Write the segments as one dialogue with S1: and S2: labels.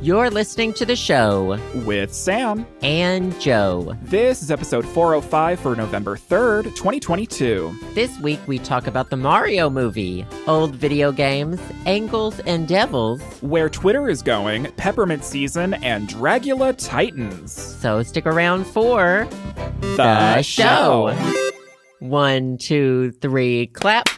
S1: You're listening to the show
S2: with Sam.
S1: and Joe.
S2: This is episode 405 for November 3rd, 2022.
S1: This week we talk about the Mario movie, old video games, angles and devils.
S2: Where Twitter is going, Peppermint Season, and Dragula Titans.
S1: So stick around for the One, two, three, clap.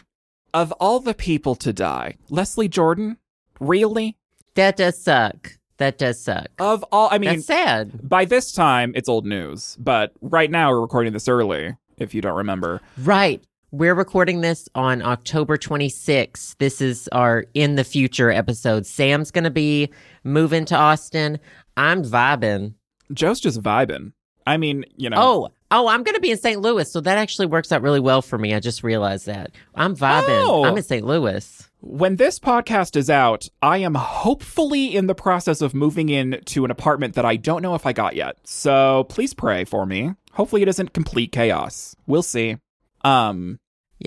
S2: Of all the people to die, Leslie Jordan? Really?
S1: That does suck. That does suck.
S2: Of all, I mean,
S1: That's sad.
S2: by this time it's old news, but right now we're recording this early, if you don't remember.
S1: Right. We're recording this on October 26th. This is our in the future episode. Sam's going to be moving to Austin. I'm vibing.
S2: Joe's just vibing. I mean, you know.
S1: Oh, oh, I'm going to be in St. Louis. So that actually works out really well for me. I just realized that. I'm vibing.
S2: Oh.
S1: I'm in St. Louis.
S2: When this podcast is out, I am hopefully in the process of moving in to an apartment that I don't know if I got yet. So please pray for me. Hopefully it isn't complete chaos. We'll see. Um,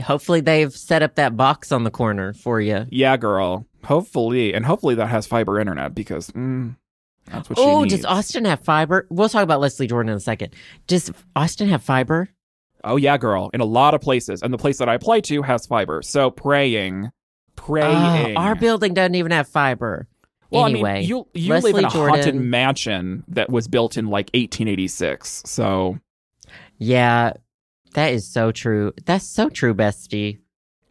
S1: Hopefully, they've set up that box on the corner for you.
S2: yeah, girl. Hopefully, and hopefully that has fiber internet because mm, that's what
S1: Oh,
S2: she needs.
S1: does Austin have fiber? We'll talk about Leslie Jordan in a second. Does Austin have fiber?
S2: oh yeah, girl. In a lot of places, and the place that I apply to has fiber. So praying, praying.
S1: Oh, Ah, our building doesn't even have fiber.
S2: Well,
S1: anyway,
S2: I mean, you you
S1: Leslie
S2: live in a haunted
S1: Jordan-
S2: mansion that was built in like 1886. So.
S1: yeah, that is so true. That's so true, bestie.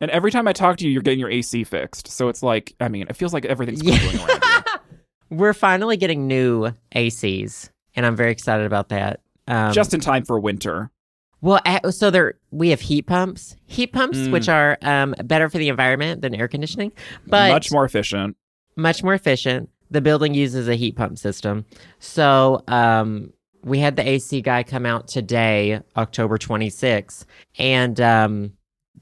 S2: And every time I talk to you, you're getting your AC fixed. So it's like, I mean, it feels like everything's
S1: Yeah.
S2: crumbling around you.
S1: We're finally getting new ACs, and I'm very excited about that. Um,
S2: Just in time for winter.
S1: Well, a- so there we have heat pumps, heat pumps,
S2: Mm.
S1: which are um, better for the environment than air conditioning, but
S2: Much more efficient.
S1: much more efficient. The building uses a heat pump system, so um, we had the AC guy come out today, October 26th, and um,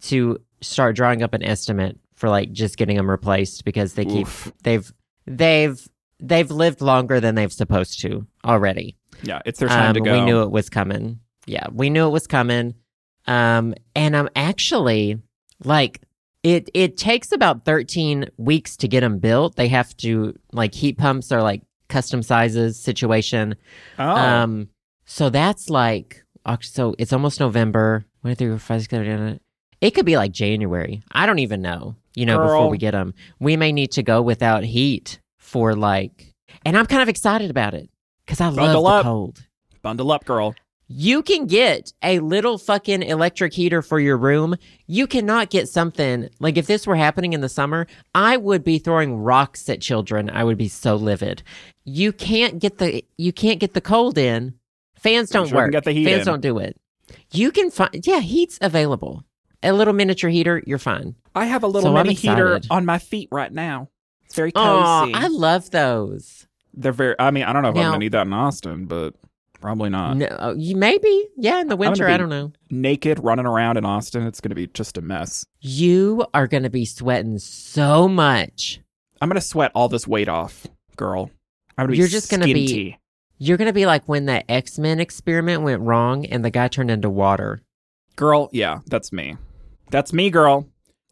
S1: to start drawing up an estimate for like just getting them replaced because they keep
S2: Oof.
S1: they've they've they've lived longer than they've supposed to already.
S2: Yeah, it's their time to
S1: Um,
S2: go.
S1: We knew it was coming. Yeah, we knew it was coming. Um, and I'm actually like, it it takes about 13 weeks to get them built. They have to like heat pumps are like custom sizes situation.
S2: oh,
S1: Um, so that's like Oct- so it's almost November. One, two, three, four, five, six, seven, eight, nine. It could be like January. I don't even know. You know,
S2: Girl.
S1: before we get them, we may need to go without heat for like. And I'm kind of excited about it because I love
S2: Bundle
S1: the
S2: up.
S1: cold.
S2: bundle up, girl.
S1: You can get a little fucking electric heater for your room. You cannot get something like if this were happening in the summer, I would be throwing rocks at children. I would be so livid. You can't get the you can't get the cold in. Fans don't
S2: sure can
S1: work.
S2: get the heat
S1: Fans
S2: in.
S1: don't do it. You can find yeah, heat's available. A little miniature heater, you're fine.
S2: I have a little
S1: So I'm
S2: mini heater
S1: excited.
S2: on my feet right now. It's very
S1: Oh,
S2: cozy.
S1: I love those.
S2: They're very, I mean, I don't know if I'm
S1: Now-
S2: going to need that in Austin, but probably not.
S1: No, oh, you maybe yeah in the winter.
S2: Uh, be-
S1: I don't know.
S2: Naked running around in Austin, it's going to be just a mess.
S1: You are gonna be sweating so much.
S2: I'm going to sweat all this weight off, girl. I'm going to be
S1: You're just gonna
S2: skin
S1: be-
S2: tea.
S1: You're gonna be like when that X Men experiment went wrong and the guy turned into water.
S2: Girl, yeah, that's me. That's me, girl.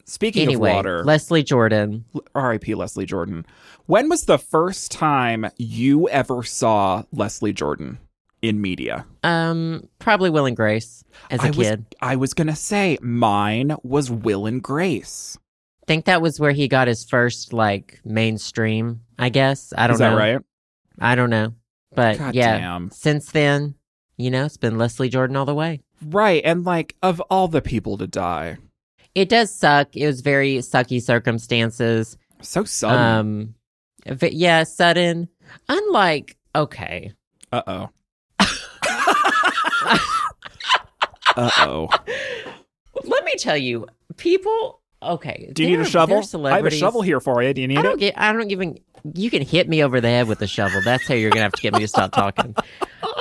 S2: Speaking
S1: anyway,
S2: of water,
S1: Leslie Jordan.
S2: RIP Leslie Jordan. When was the first time you ever saw Leslie Jordan in media?
S1: Um, probably Will and Grace as a
S2: I was-
S1: kid.
S2: I was going to say mine was Will and Grace.
S1: Think that was where he got his first like mainstream. I guess I don't
S2: Is that
S1: know.
S2: right?
S1: I don't know, but
S2: God
S1: yeah.
S2: damn.
S1: Since then, you know, it's been Leslie Jordan all the way.
S2: Right. And like, of all the people to die,
S1: It does suck. It was very sucky circumstances.
S2: so sudden.
S1: Um, vi- yeah, sudden. Unlike okay,
S2: uh oh. uh oh.
S1: let me tell you, people. Okay,
S2: Do you need
S1: they're-
S2: a
S1: they're
S2: shovel? I have a
S1: Celebrities.
S2: shovel here for you. Do you need
S1: I
S2: it?
S1: don't get. I don't even. You can hit me over the head with a shovel. That's how you're gonna have to get me to stop talking.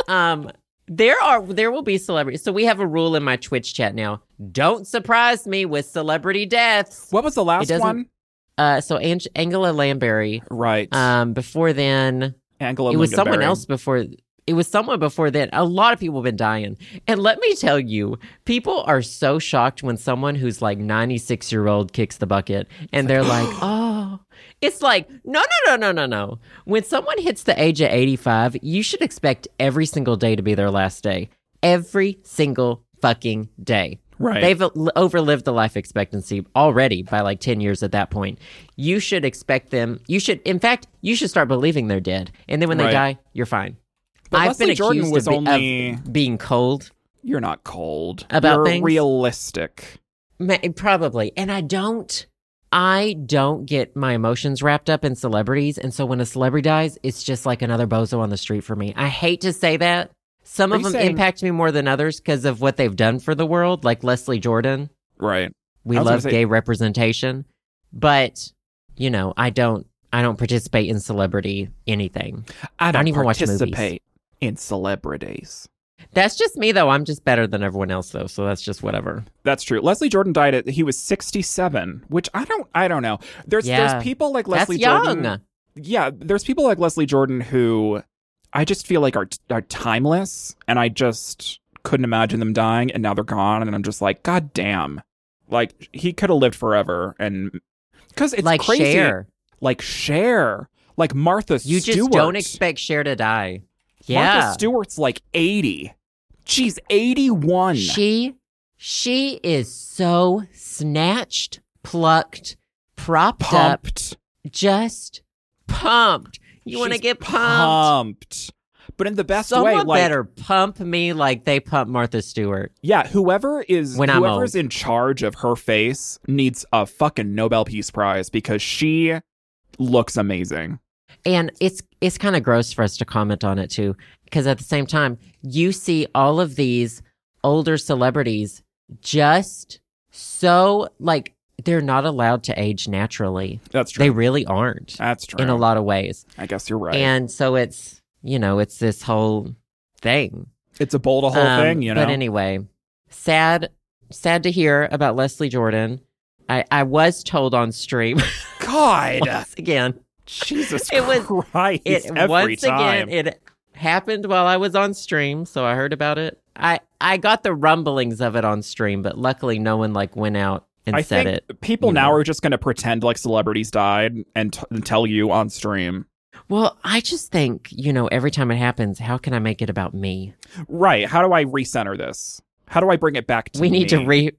S1: Um, there are there will be celebrities. So we have a rule in my Twitch chat now. Don't surprise me with celebrity deaths.
S2: What was the last
S1: doesn't-
S2: one?
S1: Uh, so Ang- Angela Lamberry.
S2: Right.
S1: Um, before then,
S2: Angela
S1: it was someone
S2: Lingonberry.
S1: else before. it was somewhat before then. A lot of people have been dying. And let me tell you, people are so shocked when someone who's like 96 year old kicks the bucket and they're like, oh, it's like, no, no, no, no, no, no. When someone hits the age of 85, you should expect every single day to be their last day. Every single fucking day.
S2: Right.
S1: They've o- overlived the life expectancy already by like 10 years at that point. You should expect them, you should, in fact, you should start believing they're dead. And then when they
S2: Right.
S1: die, you're fine.
S2: But
S1: I've
S2: Leslie
S1: been
S2: Jordan
S1: accused
S2: was
S1: of, be- of
S2: only-
S1: being cold,
S2: You're not cold.
S1: About
S2: You're
S1: things?
S2: realistic.
S1: Ma- probably. And I don't, I don't get my emotions wrapped up in celebrities. And so when a celebrity dies, it's just like another bozo on the street for me. I hate to say that. Some
S2: Are
S1: of
S2: you
S1: them
S2: saying-
S1: impact me more than others because of what they've done for the world, like Leslie Jordan.
S2: Right.
S1: we
S2: I was gonna
S1: love
S2: say-
S1: gay representation but you know i don't i don't participate in celebrity anything
S2: I don't,
S1: even watch movies.
S2: participate in celebrities.
S1: that's just me though i'm just better than everyone else though so that's just whatever
S2: That's true. Leslie Jordan died at he was 67, which I don't I don't know. There's
S1: Yeah.
S2: there's people like Leslie
S1: that's young
S2: Jordan. Yeah, there's people like Leslie Jordan who I just feel like are are timeless and I just couldn't imagine them dying and now they're gone and I'm just like god damn. Like he could have lived forever and cuz it's
S1: like
S2: crazy.
S1: Cher.
S2: Like Cher, like Martha
S1: you just
S2: Stewart.
S1: don't expect Cher to die
S2: Martha
S1: yeah
S2: Stewart's like 80. She's 81.
S1: she she is so snatched plucked propped up
S2: pumped.
S1: just pumped you want to
S2: She's
S1: get pumped
S2: pumped. But in the best way,
S1: someone
S2: like
S1: better pump me like they pump martha stewart
S2: yeah, whoever is
S1: When I'm
S2: whoever's in charge of her face needs a fucking Nobel Peace Prize because she looks amazing.
S1: And it's it's kind of gross for us to comment on it too, because at the same time, you see all of these older celebrities just so like they're not allowed to age naturally.
S2: That's
S1: They
S2: true.
S1: really aren't
S2: That's true.
S1: in a lot of ways.
S2: I guess you're right.
S1: And so it's you know it's this whole thing.
S2: it's a bold a whole
S1: Um,
S2: thing, you know.
S1: But anyway, sad sad to hear about Leslie Jordan. I, I was told on stream
S2: God,
S1: once again
S2: Jesus
S1: It was-
S2: Christ!
S1: it
S2: every
S1: once
S2: time.
S1: again it happened while I was on stream, so I heard about it. I I got the rumblings of it on stream, but luckily no one like went out and
S2: I
S1: said
S2: think
S1: it.
S2: people
S1: you
S2: now
S1: know.
S2: are just going to pretend like celebrities died and, t- and tell you on stream.
S1: Well, I just think you know every time it happens, how can I make it about me?
S2: Right? How do I recenter this? How do I bring it back to
S1: We need to
S2: me?
S1: re.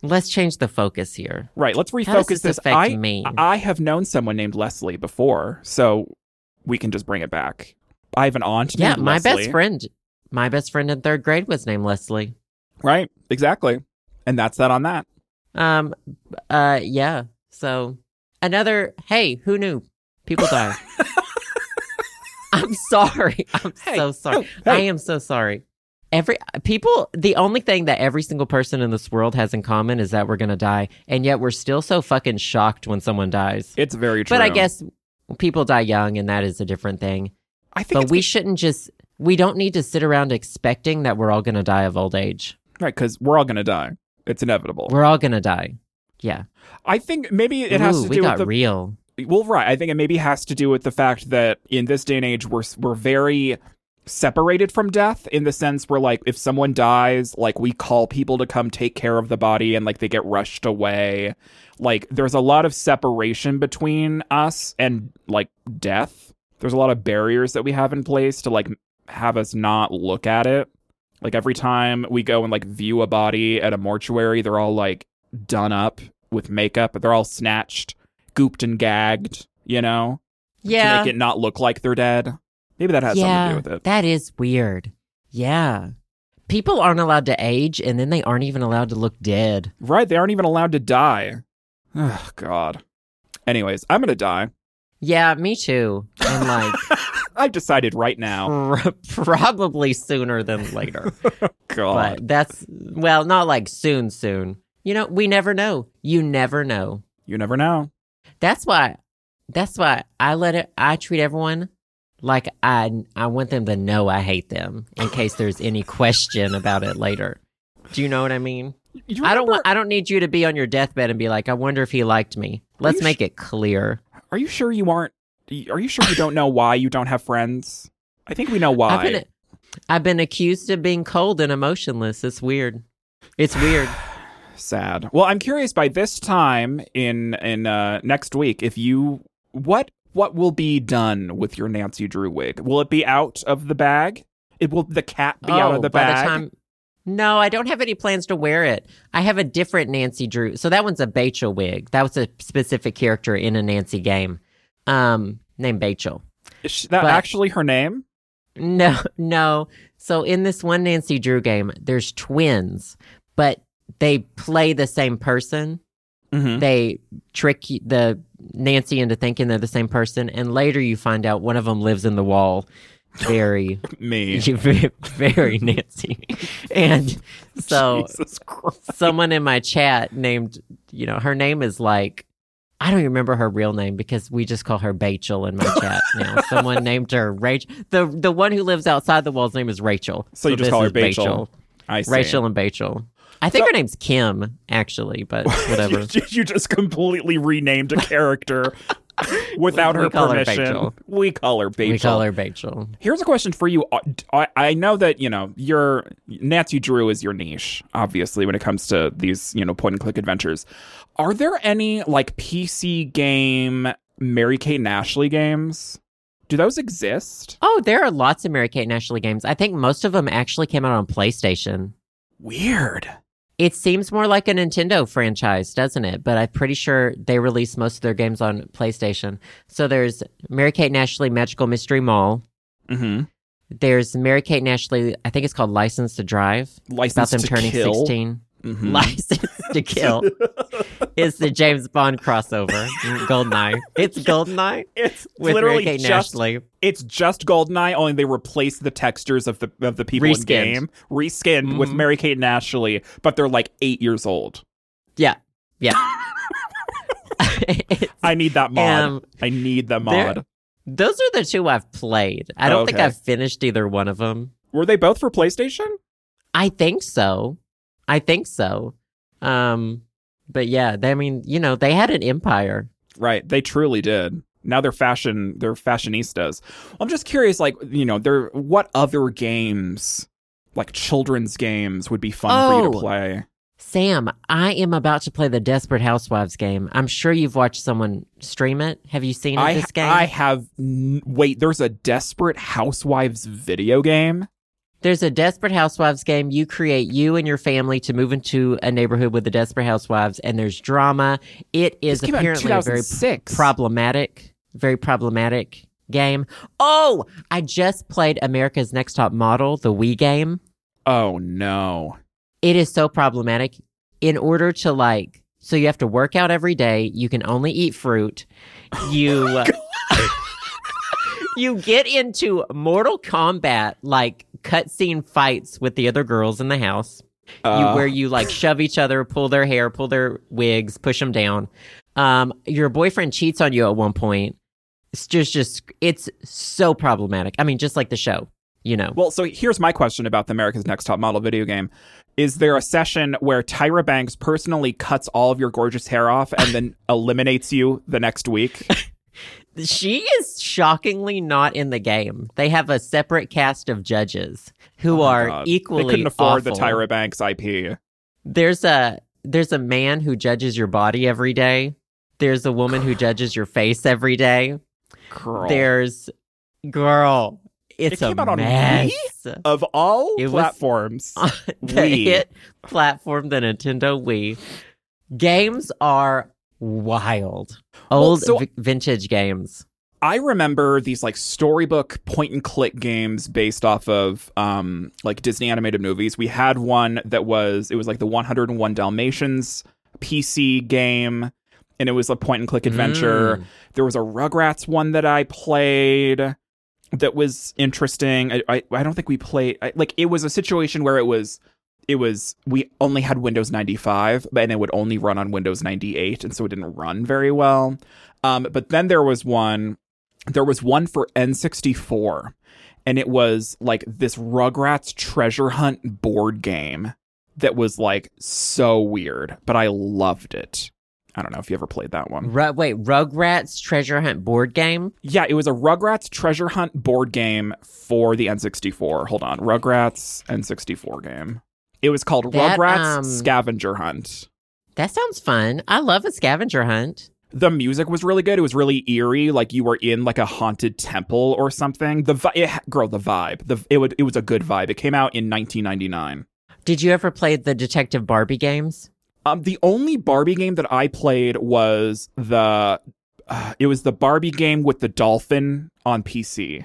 S1: Let's change the focus here.
S2: Right. Let's
S1: How does
S2: refocus
S1: this,
S2: this.
S1: affect
S2: I
S1: me?
S2: I have known someone named Leslie before, so we can just bring it back. I have an aunt.
S1: yeah,
S2: named
S1: my best
S2: Leslie,
S1: friend, my best friend in third grade was named Leslie.
S2: Right. Exactly. And that's that on that.
S1: Um, uh, yeah. So another. Hey, who knew? People die. I'm sorry. I'm
S2: Hey,
S1: so
S2: oh,
S1: sorry.
S2: hey.
S1: I am so sorry. Every people, the only thing that every single person in this world has in common is that we're gonna die, and yet we're still so fucking shocked when someone dies.
S2: It's very true.
S1: But I guess people die young, and that is a different thing.
S2: I think
S1: But
S2: it's
S1: we shouldn't just. We don't need to sit around expecting that we're all gonna die of old age.
S2: be- right because we're all gonna die. It's inevitable.
S1: We're all gonna die. Yeah.
S2: I think maybe it has
S1: Ooh,
S2: to
S1: we
S2: do
S1: got
S2: with the
S1: real.
S2: well, right. I think it maybe has to do with the fact that in this day and age, we're we're very separated from death in the sense where like if someone dies, like we call people to come take care of the body and like they get rushed away. Like there's a lot of separation between us and like death. There's a lot of barriers that we have in place to like have us not look at it. Like every time we go and like view a body at a mortuary, they're all like done up with makeup. They're all snatched, gooped and gagged, you know? To make it not look like they're dead. Maybe that has
S1: yeah,
S2: something to do with it.
S1: That is weird. Yeah. People aren't allowed to age and then they aren't even allowed to look dead.
S2: Right, they aren't even allowed to die. Oh god. Anyways, I'm gonna die.
S1: Yeah, me too. And like
S2: I've decided right now.
S1: pr- probably sooner than later.
S2: God.
S1: but that's well, not like soon soon. You know, we never know. You never know.
S2: You never know.
S1: That's why that's why I let it I treat everyone like I I want them to know I hate them in case there's any question about it later. Do you know what I mean?
S2: You
S1: I don't
S2: remember-
S1: want. I don't need you to be on your deathbed and be like, "I wonder if he liked me." Let's
S2: you
S1: make it clear.
S2: Are you sure you aren't? Are you sure you don't know why you don't have friends? I think we know why.
S1: I've been, I've been accused of being cold and emotionless. It's weird. It's weird.
S2: Sad. Well, I'm curious by this time in in uh, next week if you what what will be done with your Nancy Drew wig? Will it be out of the bag? It will the cat be out
S1: Oh,
S2: of the
S1: by
S2: bag?
S1: time- no, I don't have any plans to wear it. I have a different Nancy Drew. So that one's a Bachel wig. That was a specific character in a Nancy game um, named Bachel.
S2: Is she- that
S1: but-
S2: actually her name?
S1: No, no. So in this one Nancy Drew game, there's twins, but they play the same person.
S2: Mm-hmm.
S1: They trick you- the Nancy into thinking they're the same person, and later you find out one of them lives in the wall. Very,
S2: Me.
S1: very Nancy, and so
S2: Jesus Christ.
S1: someone in my chat named, you know, her name is like, I don't even remember her real name because we just call her Rachel in my chat now. Someone named her Rachel. The the one who lives outside the wall's name is Rachel.
S2: So you just call her Rachel.
S1: Rachel.
S2: I see.
S1: Rachel and Rachel. I think her name's Kim, actually, but whatever.
S2: you, you just completely renamed a character without
S1: We
S2: her
S1: call her
S2: permission.
S1: Bachel.
S2: we call her Bachel.
S1: we call her Rachel.
S2: Here's a question for you. Uh, I, I know that you know your Nancy Drew is your niche, obviously, when it comes to these you know point and click adventures. Are there any like PC game Mary Kate and Ashley games? Do those exist?
S1: Oh, there are lots of Mary Kate and Ashley games. I think most of them actually came out on PlayStation.
S2: Weird.
S1: It seems more like a Nintendo franchise, doesn't it? But I'm pretty sure they release most of their games on PlayStation. So there's Mary Kate and Ashley Magical Mystery Mall.
S2: Mm-hmm.
S1: There's Mary Kate and Ashley, I think it's called License to Drive, about
S2: License
S1: them
S2: to
S1: turning
S2: kill.
S1: 16.
S2: Mhm.
S1: License to Kill is the James Bond crossover. Mm, Goldeneye. It's Goldeneye
S2: it's
S1: with
S2: literally
S1: Mary Kate and
S2: just
S1: Ashley.
S2: it's just Goldeneye, only they replace the textures of the of the people
S1: Reskinned.
S2: in game, reskinned with
S1: Mhm.
S2: Mary Kate and Ashley, but they're like eight years old.
S1: Yeah. Yeah. It's-
S2: I need that mod.
S1: Um,
S2: I need the
S1: they're-
S2: mod.
S1: those are the two I've played. I don't think
S2: Okay.
S1: I've finished either one of them.
S2: Were they both for PlayStation?
S1: I think so. I think so. Um, but yeah, they, I mean, you know, they had an empire.
S2: Right, they truly did. Now they're fashion, they're fashionistas. I'm just curious, like you know, there what other games, like children's games, would be fun for you to
S1: Oh.
S2: play?
S1: Sam, I am about to play the Desperate Housewives game. I'm sure you've watched someone stream it. Have you seen
S2: I
S1: this game?
S2: I have n- wait. There's a Desperate Housewives video game.
S1: There's a Desperate Housewives game. You create you and your family to move into a neighborhood with the Desperate Housewives, and there's drama. It is
S2: This came out in
S1: apparently a very
S2: 2006.
S1: problematic, very problematic game. Oh, I just played America's Next Top Model, the Wii game.
S2: Oh no.
S1: it is so problematic in order to like so you have to work out every day you can only eat fruit you you get into mortal kombat like cutscene fights with the other girls in the house you,
S2: Uh,
S1: where you like shove each other pull their hair pull their wigs push them down um, your boyfriend cheats on you at one point it's just just it's so problematic i mean just like the show you know
S2: well, so here's my question about the America's Next Top Model video game. Is there a session where Tyra Banks personally cuts all of your gorgeous hair off and then eliminates you the next week?
S1: She is shockingly not in the game. They have a separate cast of judges who
S2: Oh my
S1: are
S2: God.
S1: equally
S2: They couldn't afford the
S1: awful.
S2: Tyra Banks IP.
S1: There's a there's a man who judges your body every day. There's a woman who judges your face every day.
S2: Girl.
S1: There's girl. It's
S2: came
S1: a
S2: out on
S1: mess.
S2: Of all
S1: It was-
S2: platforms,
S1: the
S2: Wii.
S1: hit platform, the Nintendo Wii. Games are wild. Old
S2: so-
S1: vi- vintage games.
S2: I remember these like storybook point and click games based off of um like Disney animated movies. We had one that was it was like the 101 Dalmatians PC game and it was a point and click adventure.
S1: Mm.
S2: There was a Rugrats one that I played that was interesting. I I, I don't think we played I, like it was a situation where it was it was we only had Windows 95 but and it would only run on Windows 98 and so it didn't run very well. Um, but then there was one there was one for N64 and it was like this Rugrats treasure hunt board game that was like so weird, but I loved it. I don't know if you ever played that one.
S1: Ru- wait, Rugrats Treasure Hunt board game?
S2: Yeah, it was a Rugrats treasure hunt board game for the N64. Hold on, Rugrats N64 game. It was called
S1: That,
S2: Rugrats
S1: um,
S2: Scavenger Hunt.
S1: That sounds fun. I love a scavenger hunt.
S2: The music was really good. It was really eerie, like you were in like a haunted temple or something. The vi- it, girl, the vibe. The it would it was a good vibe. It came out in 1999.
S1: Did you ever play the Detective Barbie games?
S2: Um, the only Barbie game that I played was the uh, it was the Barbie game with the dolphin on PC.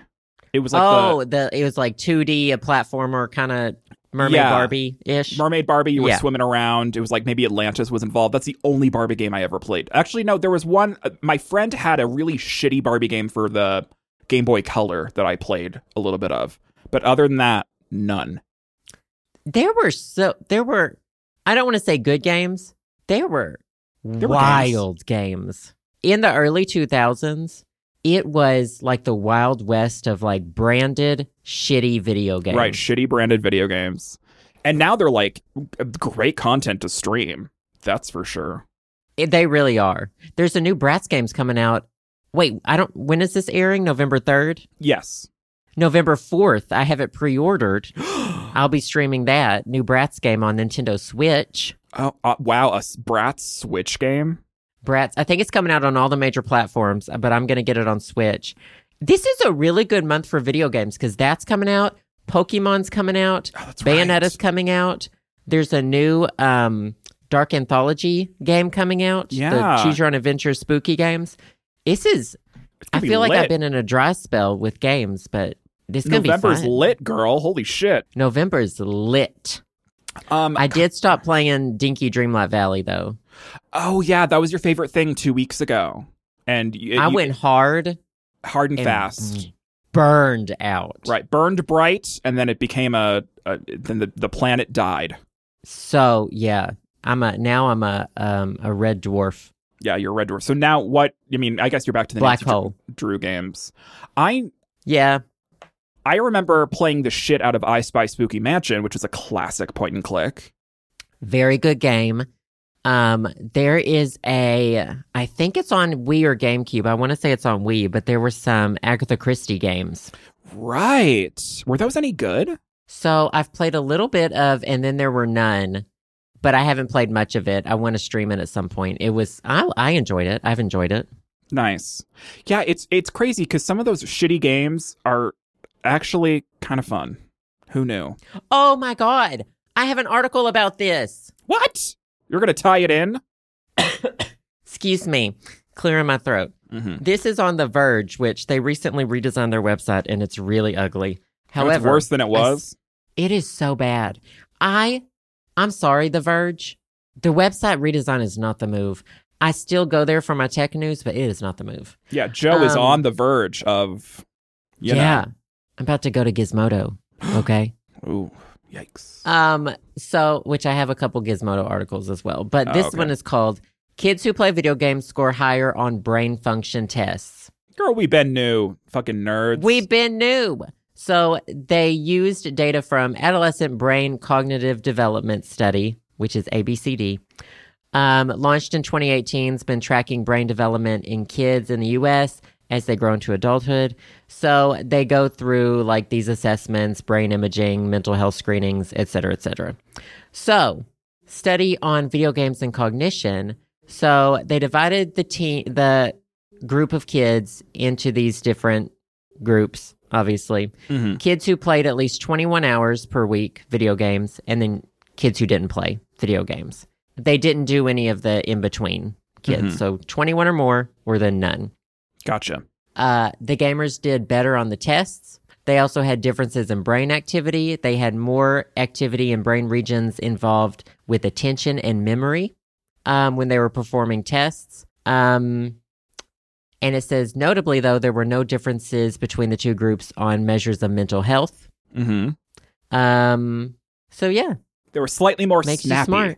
S2: It was like the
S1: oh, the, it was like 2D, a platformer kind of mermaid
S2: Yeah.
S1: Barbie ish.
S2: Mermaid Barbie, you were
S1: Yeah.
S2: swimming around. It was like maybe Atlantis was involved. That's the only Barbie game I ever played. Actually, no, there was one. uh, My friend had a really shitty Barbie game for the Game Boy Color that I played a little bit of. But other than that, none.
S1: there were so there were. I don't want to say good games. There were
S2: were
S1: wild games. in the early two thousands. It was like the wild west of like branded shitty video games.
S2: Right. Shitty branded video games. And now they're like g- great content to stream. That's for sure.
S1: It- they really are. There's a new Bratz games coming out. Wait, I don't. When is this airing? November third.
S2: Yes.
S1: November 4th, I have it pre ordered. I'll be streaming that new Bratz game on Nintendo Switch.
S2: Oh, uh, wow. A s- Bratz Switch game?
S1: Bratz, I think it's coming out on all the major platforms, but I'm going to get it on Switch. This is a really good month for video games because that's coming out. Pokemon's coming out.
S2: Oh, that's right.
S1: Bayonetta's coming out. There's a new um, Dark Anthology game coming out.
S2: Yeah.
S1: The Choose Your Own Adventure spooky games. This is,
S2: It's
S1: I
S2: gonna be
S1: feel like
S2: lit.
S1: I've been in a dry spell with games, but this is going to be
S2: November's
S1: fun.
S2: lit, girl. Holy shit.
S1: November's lit.
S2: Um,
S1: I did stop playing Dinky Dreamlight Valley though.
S2: Oh yeah, that was your favorite thing two weeks ago, and you,
S1: I
S2: you-
S1: went hard
S2: hard and,
S1: and mm,
S2: fast.
S1: burned out.
S2: Right, burned bright, and then it became a. a then the, the planet died.
S1: So yeah, I'm a now I'm a um a red dwarf
S2: Yeah, you're a red dwarf. So now what? I mean, I guess you're back to the
S1: black
S2: Nancy Drew-
S1: hole.
S2: Drew games. I
S1: Yeah,
S2: I remember playing the shit out of I Spy Spooky Mansion, which is a classic point and click.
S1: very good game. Um, there is a I think it's on Wii or GameCube. I want to say it's on Wii, but there were some Agatha Christie games.
S2: Right? Were those any good?
S1: So I've played a little bit of, and then there were none, but I haven't played much of it. I want to stream it at some point. It was I I enjoyed it. I've enjoyed it.
S2: Nice. Yeah, it's it's crazy because some of those shitty games are actually kind of fun. Who knew?
S1: Oh my God. I have an article about this.
S2: What? You're gonna tie it in?
S1: Excuse me, clearing my throat.
S2: Mm-hmm.
S1: This is on The Verge, which they recently redesigned their website and it's really ugly. However,
S2: it's worse than it was.
S1: it is so bad. I, I'm sorry, The Verge. The website redesign is not the move. I still go there for my tech news, but it is not the move.
S2: yeah, Joe is
S1: um,
S2: on the verge of. You
S1: yeah. I'm about to go to Gizmodo. Okay.
S2: Know. Ooh, yikes.
S1: um, so, which I have a couple Gizmodo articles as well, but
S2: Oh,
S1: this
S2: okay.
S1: one is called Kids Who Play Video Games Score Higher on Brain Function Tests.
S2: Girl, we been new. Fucking nerds.
S1: We've been new. So, they used data from Adolescent Brain Cognitive Development Study, which is ABCD. Um, launched in 2018, it's been tracking brain development in kids in the US as they grow into adulthood. So they go through like these assessments, brain imaging, mental health screenings, et cetera, et cetera. So, study on video games and cognition. So they divided the team, the group of kids into these different groups, obviously.
S2: Mhm.
S1: Kids who played at least 21 hours per week video games, and then kids who didn't play video games. They didn't do any of the in between kids.
S2: Mhm.
S1: So 21 or more were then none.
S2: Gotcha.
S1: Uh, the gamers did better on the tests. They also had differences in brain activity. They had more activity in brain regions involved with attention and memory um, when they were performing tests. Um, and it says, notably, though, there were no differences between the two groups on measures of mental health.
S2: Mm-hmm.
S1: Um, so, yeah,
S2: They were slightly more
S1: makes
S2: snappy.
S1: you smart.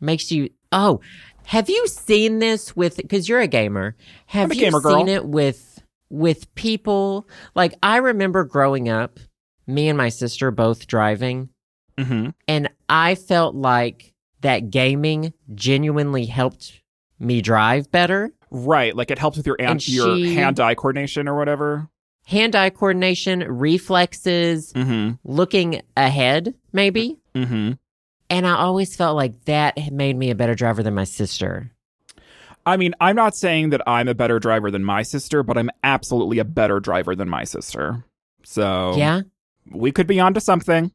S1: Makes you. Oh, have you seen this with? Because you're a gamer. Have
S2: I'm a
S1: you
S2: gamer
S1: seen
S2: girl.
S1: it with with people? Like I remember growing up, me and my sister both driving,
S2: Mm-hmm.
S1: and I felt like that gaming genuinely helped me drive better.
S2: Right. Like it helps with your an-
S1: And
S2: your
S1: she-
S2: hand eye coordination or whatever.
S1: Hand eye coordination, reflexes,
S2: Mm
S1: looking ahead, maybe.
S2: hmm. Mm hmm.
S1: And I always felt like that made me a better driver than my sister.
S2: I mean, I'm not saying that I'm a better driver than my sister, but I'm absolutely a better driver than my sister. So
S1: Yeah?
S2: we could be onto something.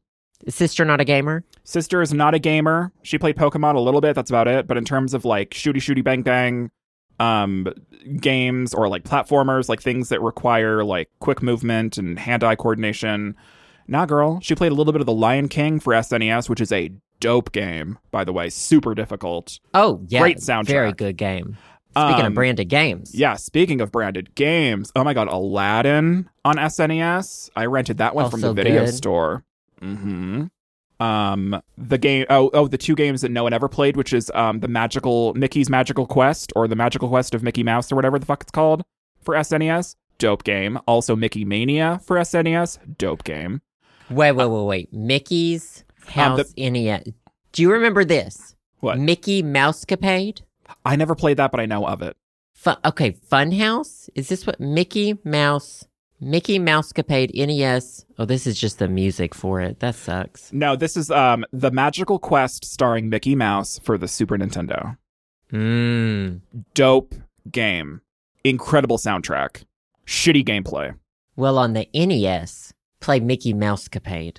S1: Sister, not a gamer?
S2: Sister is not a gamer. She played Pokemon a little bit. That's about it. But in terms of like shooty shooty bang bang um, games or like platformers, like things that require like quick movement and hand eye coordination, nah, girl. She played a little bit of The Lion King for SNES, which is a dope game, by the way. Super difficult.
S1: Oh, yeah.
S2: Great soundtrack.
S1: Very good game. Speaking
S2: Um,
S1: of branded games.
S2: Yeah, speaking of branded games, oh my god, Aladdin on SNES. I rented that one from the
S1: Also
S2: video
S1: good.
S2: store. Mm-hmm. Um, the game. Oh, oh, the two games that no one ever played, which is um the magical Mickey's Magical Quest or the Magical Quest of Mickey Mouse or whatever the fuck it's called for SNES. Dope game. Also, Mickey Mania for SNES. Dope game.
S1: Wait, wait, wait, wait. Mickey's
S2: Um, the-
S1: House NES. Do you remember this?
S2: What?
S1: Mickey Mousecapade?
S2: I never played that, but I know of it.
S1: Fun, okay, Funhouse? Is this what Mickey Mouse, Mickey Mousecapade NES? Oh, this is just the music for it. That sucks.
S2: No, this is um the Magical Quest starring Mickey Mouse for the Super Nintendo.
S1: Mm.
S2: dope game, incredible soundtrack, shitty gameplay.
S1: Well, on the NES, play Mickey Mousecapade.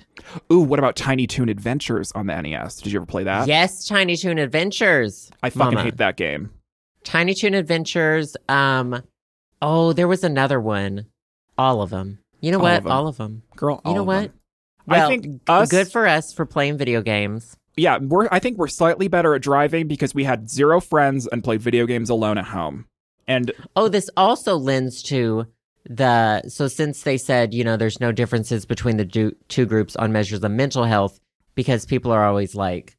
S2: Ooh, what about Tiny Toon Adventures on the NES? Did you ever play that?
S1: Yes, Tiny Toon Adventures.
S2: Uh, I fucking
S1: Mama.
S2: hate that game.
S1: Tiny Toon Adventures. Um, oh, there was another one. All of them. You know
S2: All
S1: what?
S2: of 'em.
S1: All of them.
S2: Girl,
S1: You
S2: all
S1: know
S2: of
S1: what?
S2: them. I
S1: Well,
S2: think us
S1: Good for us for playing video games.
S2: Yeah, we're I think we're slightly better at driving because we had zero friends and played video games alone at home. And
S1: Oh, this also lends to the so since they said you know there's no differences between the do, two groups on measures of mental health because people are always like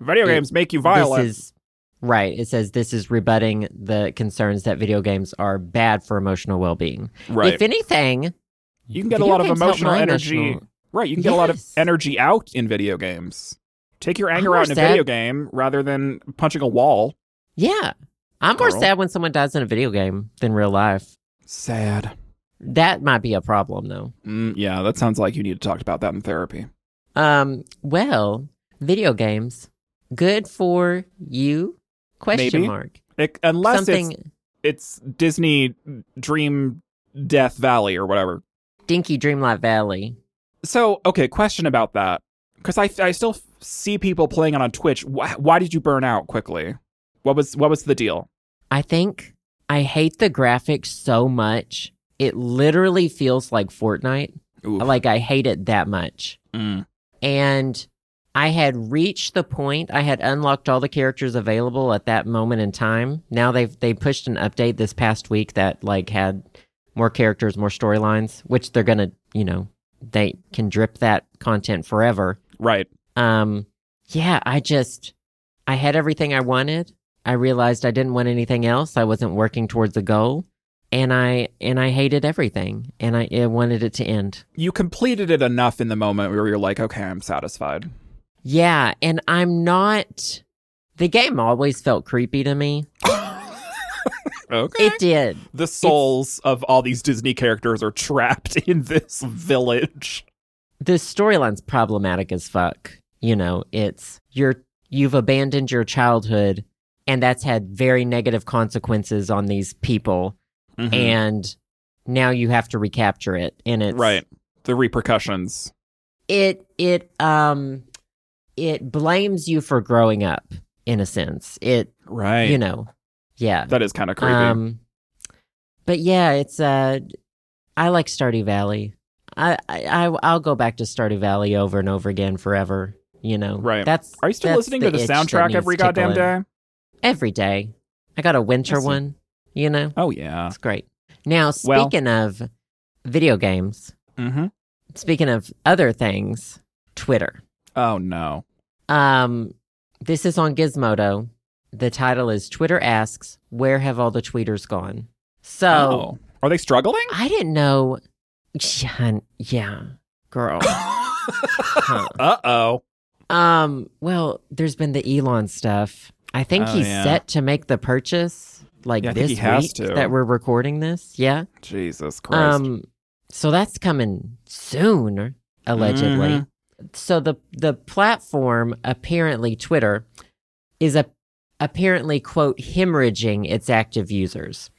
S2: video
S1: It-
S2: games make you violent.
S1: this is right it says this is rebutting the concerns that video games are bad for emotional well-being
S2: right.
S1: if anything
S2: you can get a
S1: video
S2: lot of
S1: games help
S2: emotional
S1: my
S2: energy.
S1: emotional-
S2: Right, you can get a lot of
S1: Yes.
S2: energy out in video games. Take your anger
S1: more
S2: out in a
S1: sad-
S2: video game rather than punching a wall.
S1: Yeah. I'm more
S2: Girl.
S1: sad when someone dies in a video game than real life.
S2: Sad.
S1: That might be a problem though.
S2: Mm, yeah, that sounds like you need to talk about that in therapy.
S1: Um, well, video games. Good for you? Question
S2: Maybe.
S1: mark.
S2: It, unless it's
S1: Something
S2: it's Disney Dream Death Valley or whatever.
S1: Dinky Dreamlight Valley.
S2: So, okay, question about that because I, I still f- see people playing it on Twitch. Why, why did you burn out quickly? What was what was the deal?
S1: I think I hate the graphics so much. It literally feels like Fortnite.
S2: Oof.
S1: Like I hate it that much.
S2: Mm.
S1: and I had reached the point I had unlocked all the characters available at that moment in time. Now they've they pushed an update this past week that like had more characters, more storylines, which they're gonna, you know, they can drip that content forever.
S2: Right.
S1: Um yeah, I just I had everything I wanted. I realized I didn't want anything else. I wasn't working towards the goal. And I and I hated everything. And I, I wanted it to end.
S2: You completed it enough in the moment where you're like, okay, I'm satisfied.
S1: Yeah, and I'm not. The game always felt creepy to me.
S2: okay.
S1: It did.
S2: the souls of all these Disney characters are trapped in this village.
S1: The storyline's problematic as fuck. You know, it's you're you've abandoned your childhood, and that's had very negative consequences on these people,
S2: Mm-hmm.
S1: and now you have to recapture it. And it's
S2: right. The repercussions.
S1: It it um it blames you for growing up in a sense. It
S2: Right.
S1: you know, yeah.
S2: That is kind of creepy.
S1: Um, but yeah, it's uh, I like Stardew Valley. I, I I- I'll go back to Stardew Valley over and over again forever. You know,
S2: Right.
S1: That's
S2: Are you still
S1: that's
S2: listening to the
S1: itch that
S2: soundtrack
S1: needs
S2: every goddamn
S1: tickling.
S2: day?
S1: Every day. I got a winter
S2: I see.
S1: one. You know,
S2: Oh yeah.
S1: it's great. Now
S2: Well-
S1: speaking of video games,
S2: Mm-hmm.
S1: speaking of other things, Twitter.
S2: Oh no.
S1: Um, this is on Gizmodo. The title is Twitter asks, "Where have all the tweeters gone?" So.
S2: Oh. Are they struggling?
S1: I didn't know. Yeah, yeah, girl.
S2: Uh oh.
S1: um. Well, there's been the Elon stuff. I think
S2: Oh,
S1: he's
S2: yeah.
S1: set to make the purchase like
S2: Yeah, I think
S1: this
S2: he has
S1: week
S2: to.
S1: that we're recording this. Yeah.
S2: Jesus Christ.
S1: Um so that's coming soon allegedly.
S2: Mhm.
S1: So the the platform apparently Twitter is a apparently quote hemorrhaging its active users.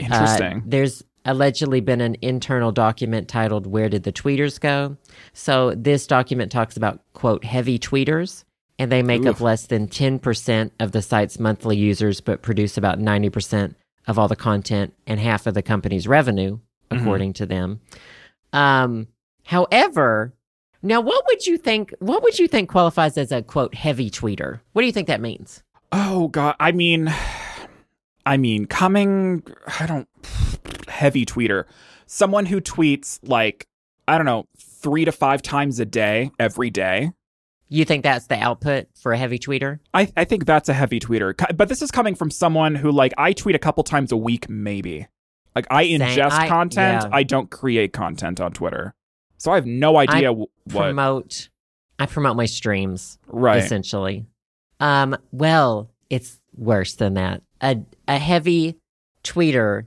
S1: Uh,
S2: Interesting.
S1: there's allegedly been an internal document titled Where Did the Tweeters Go? So this document talks about, quote, heavy tweeters, and they make up
S2: Oof.
S1: less than 10% of the site's monthly users, but produce about 90% of all the content and half of the company's revenue,
S2: Mm-hmm.
S1: according to them. Um, however, now what would you think what would you think qualifies as a quote heavy tweeter? What do you think that means?
S2: oh God. I mean, I mean, coming. I don't heavy tweeter. Someone who tweets like I don't know three to five times a day every day.
S1: You think that's the output for a heavy tweeter?
S2: I, I think that's a heavy tweeter. Co- But this is coming from someone who, like, I tweet a couple times a week, maybe. Like, I
S1: Same.
S2: ingest
S1: I-
S2: content.
S1: yeah.
S2: I don't create content on Twitter. So I have no idea w- what.
S1: Promote I promote my streams.
S2: right.
S1: essentially. Um, well, it's worse than that. A a heavy tweeter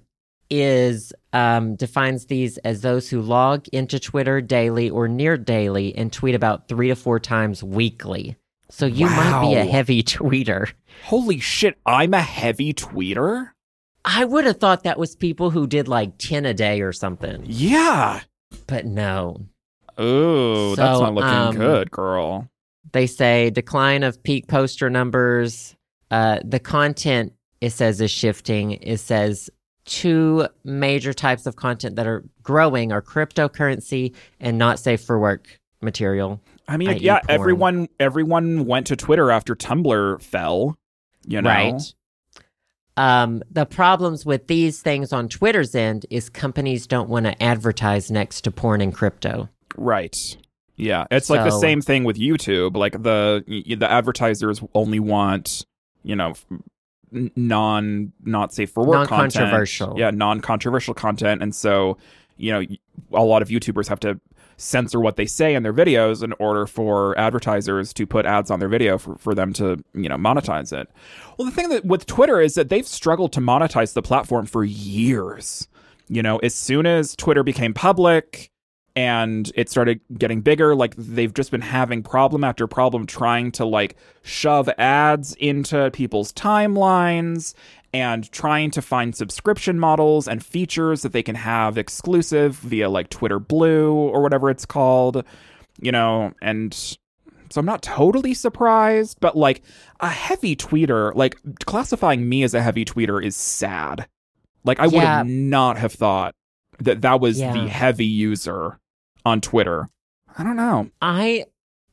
S1: is um, defines these as those who log into Twitter daily or near daily and tweet about three to four times weekly. So you might be a
S2: Wow.
S1: heavy tweeter.
S2: Holy shit. I'm a heavy tweeter?
S1: I would have thought that was people who did like ten a day or something,
S2: Yeah.
S1: but no.
S2: Ooh, that's
S1: So,
S2: not looking
S1: um,
S2: good, girl.
S1: They say decline of peak poster numbers. Uh, the content it says is shifting. It says two major types of content that are growing are cryptocurrency and not safe for work material.
S2: I mean,
S1: I
S2: yeah,
S1: eat porn.
S2: everyone everyone went to Twitter after Tumblr fell, you know?
S1: Right. Um, the problems with these things on Twitter's end is companies don't want to advertise next to porn and crypto.
S2: Right. Yeah, it's like the
S1: So-
S2: same thing with YouTube. Like the y- the advertisers only want you know f- n- non not safe for work content.
S1: Non-controversial.
S2: Yeah, non controversial content, and so you know y- a lot of YouTubers have to censor what they say in their videos in order for advertisers to put ads on their video for, for them to you know monetize it. Well, the thing that with Twitter is that they've struggled to monetize the platform for years. You know, as soon as Twitter became public and it started getting bigger, like they've just been having problem after problem trying to like shove ads into people's timelines and trying to find subscription models and features that they can have exclusive via like Twitter Blue or whatever it's called, you know, and so I'm not totally surprised, but like a heavy tweeter, like classifying me as a heavy tweeter is sad. Like I would have not have thought that that was
S1: Yeah.
S2: the heavy user on Twitter. I don't know.
S1: I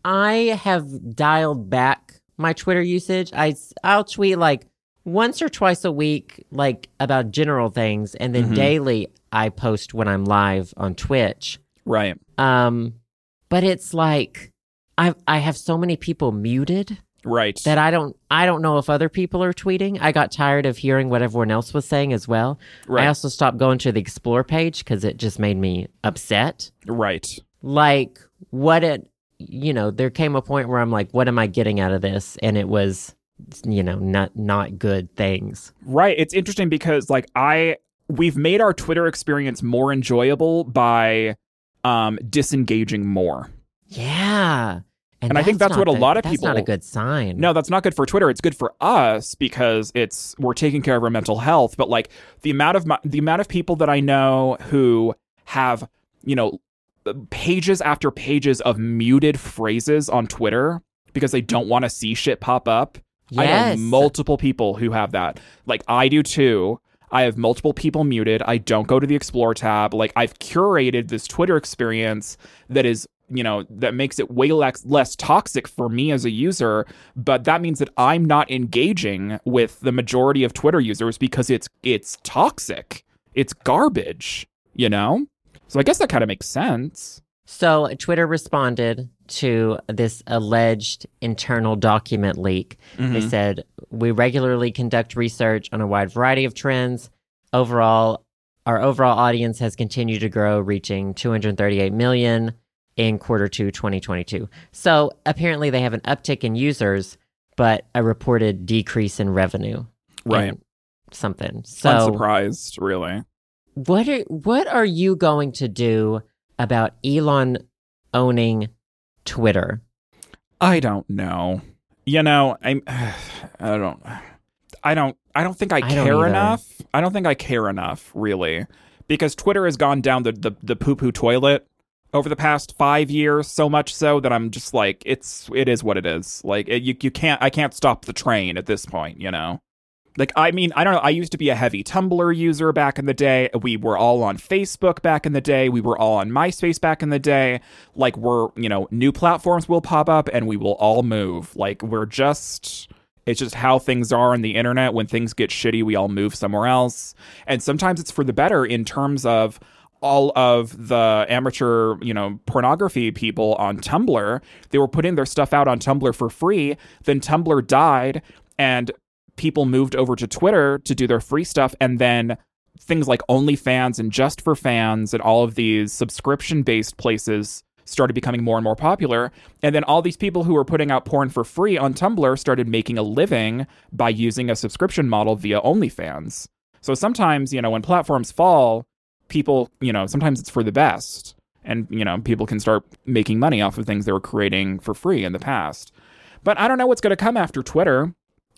S1: I have dialed back my Twitter usage. I s- I'll tweet like once or twice a week like about general things and then
S2: Mhm.
S1: daily I post when I'm live on Twitch.
S2: Right.
S1: Um but it's like I I have so many people muted
S2: Right.
S1: that I don't I don't know if other people are tweeting. I got tired of hearing what everyone else was saying as well. I
S2: right.
S1: also stopped going to the explore page cuz it just made me upset
S2: right.
S1: like what it you know there came a point where i'm like what am i getting out of this and it was you know not not good things
S2: Right. It's interesting because like I we've made our Twitter experience more enjoyable by um disengaging more.
S1: yeah
S2: And I think that's
S1: not
S2: what a
S1: the-
S2: lot of
S1: that's not a
S2: people-
S1: good sign
S2: No, that's not good for Twitter. It's good for us because it's we're taking care of our mental health. But like the amount of my, the amount of people that I know who have you know pages after pages of muted phrases on Twitter because they don't want to see shit pop up. I
S1: yes
S2: know multiple people who have that. Like I do too. I have multiple people muted. I don't go to the explore tab. Like I've curated this Twitter experience that is, you know, that makes it way less less toxic for me as a user, but that means that I'm not engaging with the majority of Twitter users because it's it's toxic. It's garbage, you know? So I guess that kind of makes sense.
S1: so twitter responded to this alleged internal document leak
S2: Mm-hmm.
S1: They said, we regularly conduct research on a wide variety of trends. Overall, our overall audience has continued to grow, reaching 238 million in quarter two, 2022. So apparently, they have an uptick in users, but a reported decrease in revenue.
S2: Right.
S1: and Something. So,
S2: Unsurprised, really.
S1: what are what are you going to do about Elon owning Twitter?
S2: I don't know. You know, I'm. I don't. I don't. I don't think I,
S1: I don't
S2: care
S1: either.
S2: enough. I don't think I care enough, really, because Twitter has gone down the the, the poo poo toilet over the past five years, so much so that I'm just like, it's it is what it is. Like it, you you can't I can't stop the train at this point, you know. Like I mean, I don't know. I used to be a heavy Tumblr user back in the day. We were all on Facebook back in the day. We were all on MySpace back in the day. Like we're, you know, new platforms will pop up and we will all move. Like we're just it's just how things are on the internet. When things get shitty, we all move somewhere else. And sometimes it's for the better in terms of all of the amateur, you know, pornography people on Tumblr. They were putting their stuff out on Tumblr for free. Then Tumblr died and people moved over to Twitter to do their free stuff. And then things like OnlyFans and Just for Fans and all of these subscription based places started becoming more and more popular. And then all these people who were putting out porn for free on Tumblr started making a living by using a subscription model via OnlyFans. So sometimes, you know, when platforms fall, people, you know, sometimes it's for the best. And, you know, people can start making money off of things they were creating for free in the past. But I don't know what's going to come after Twitter.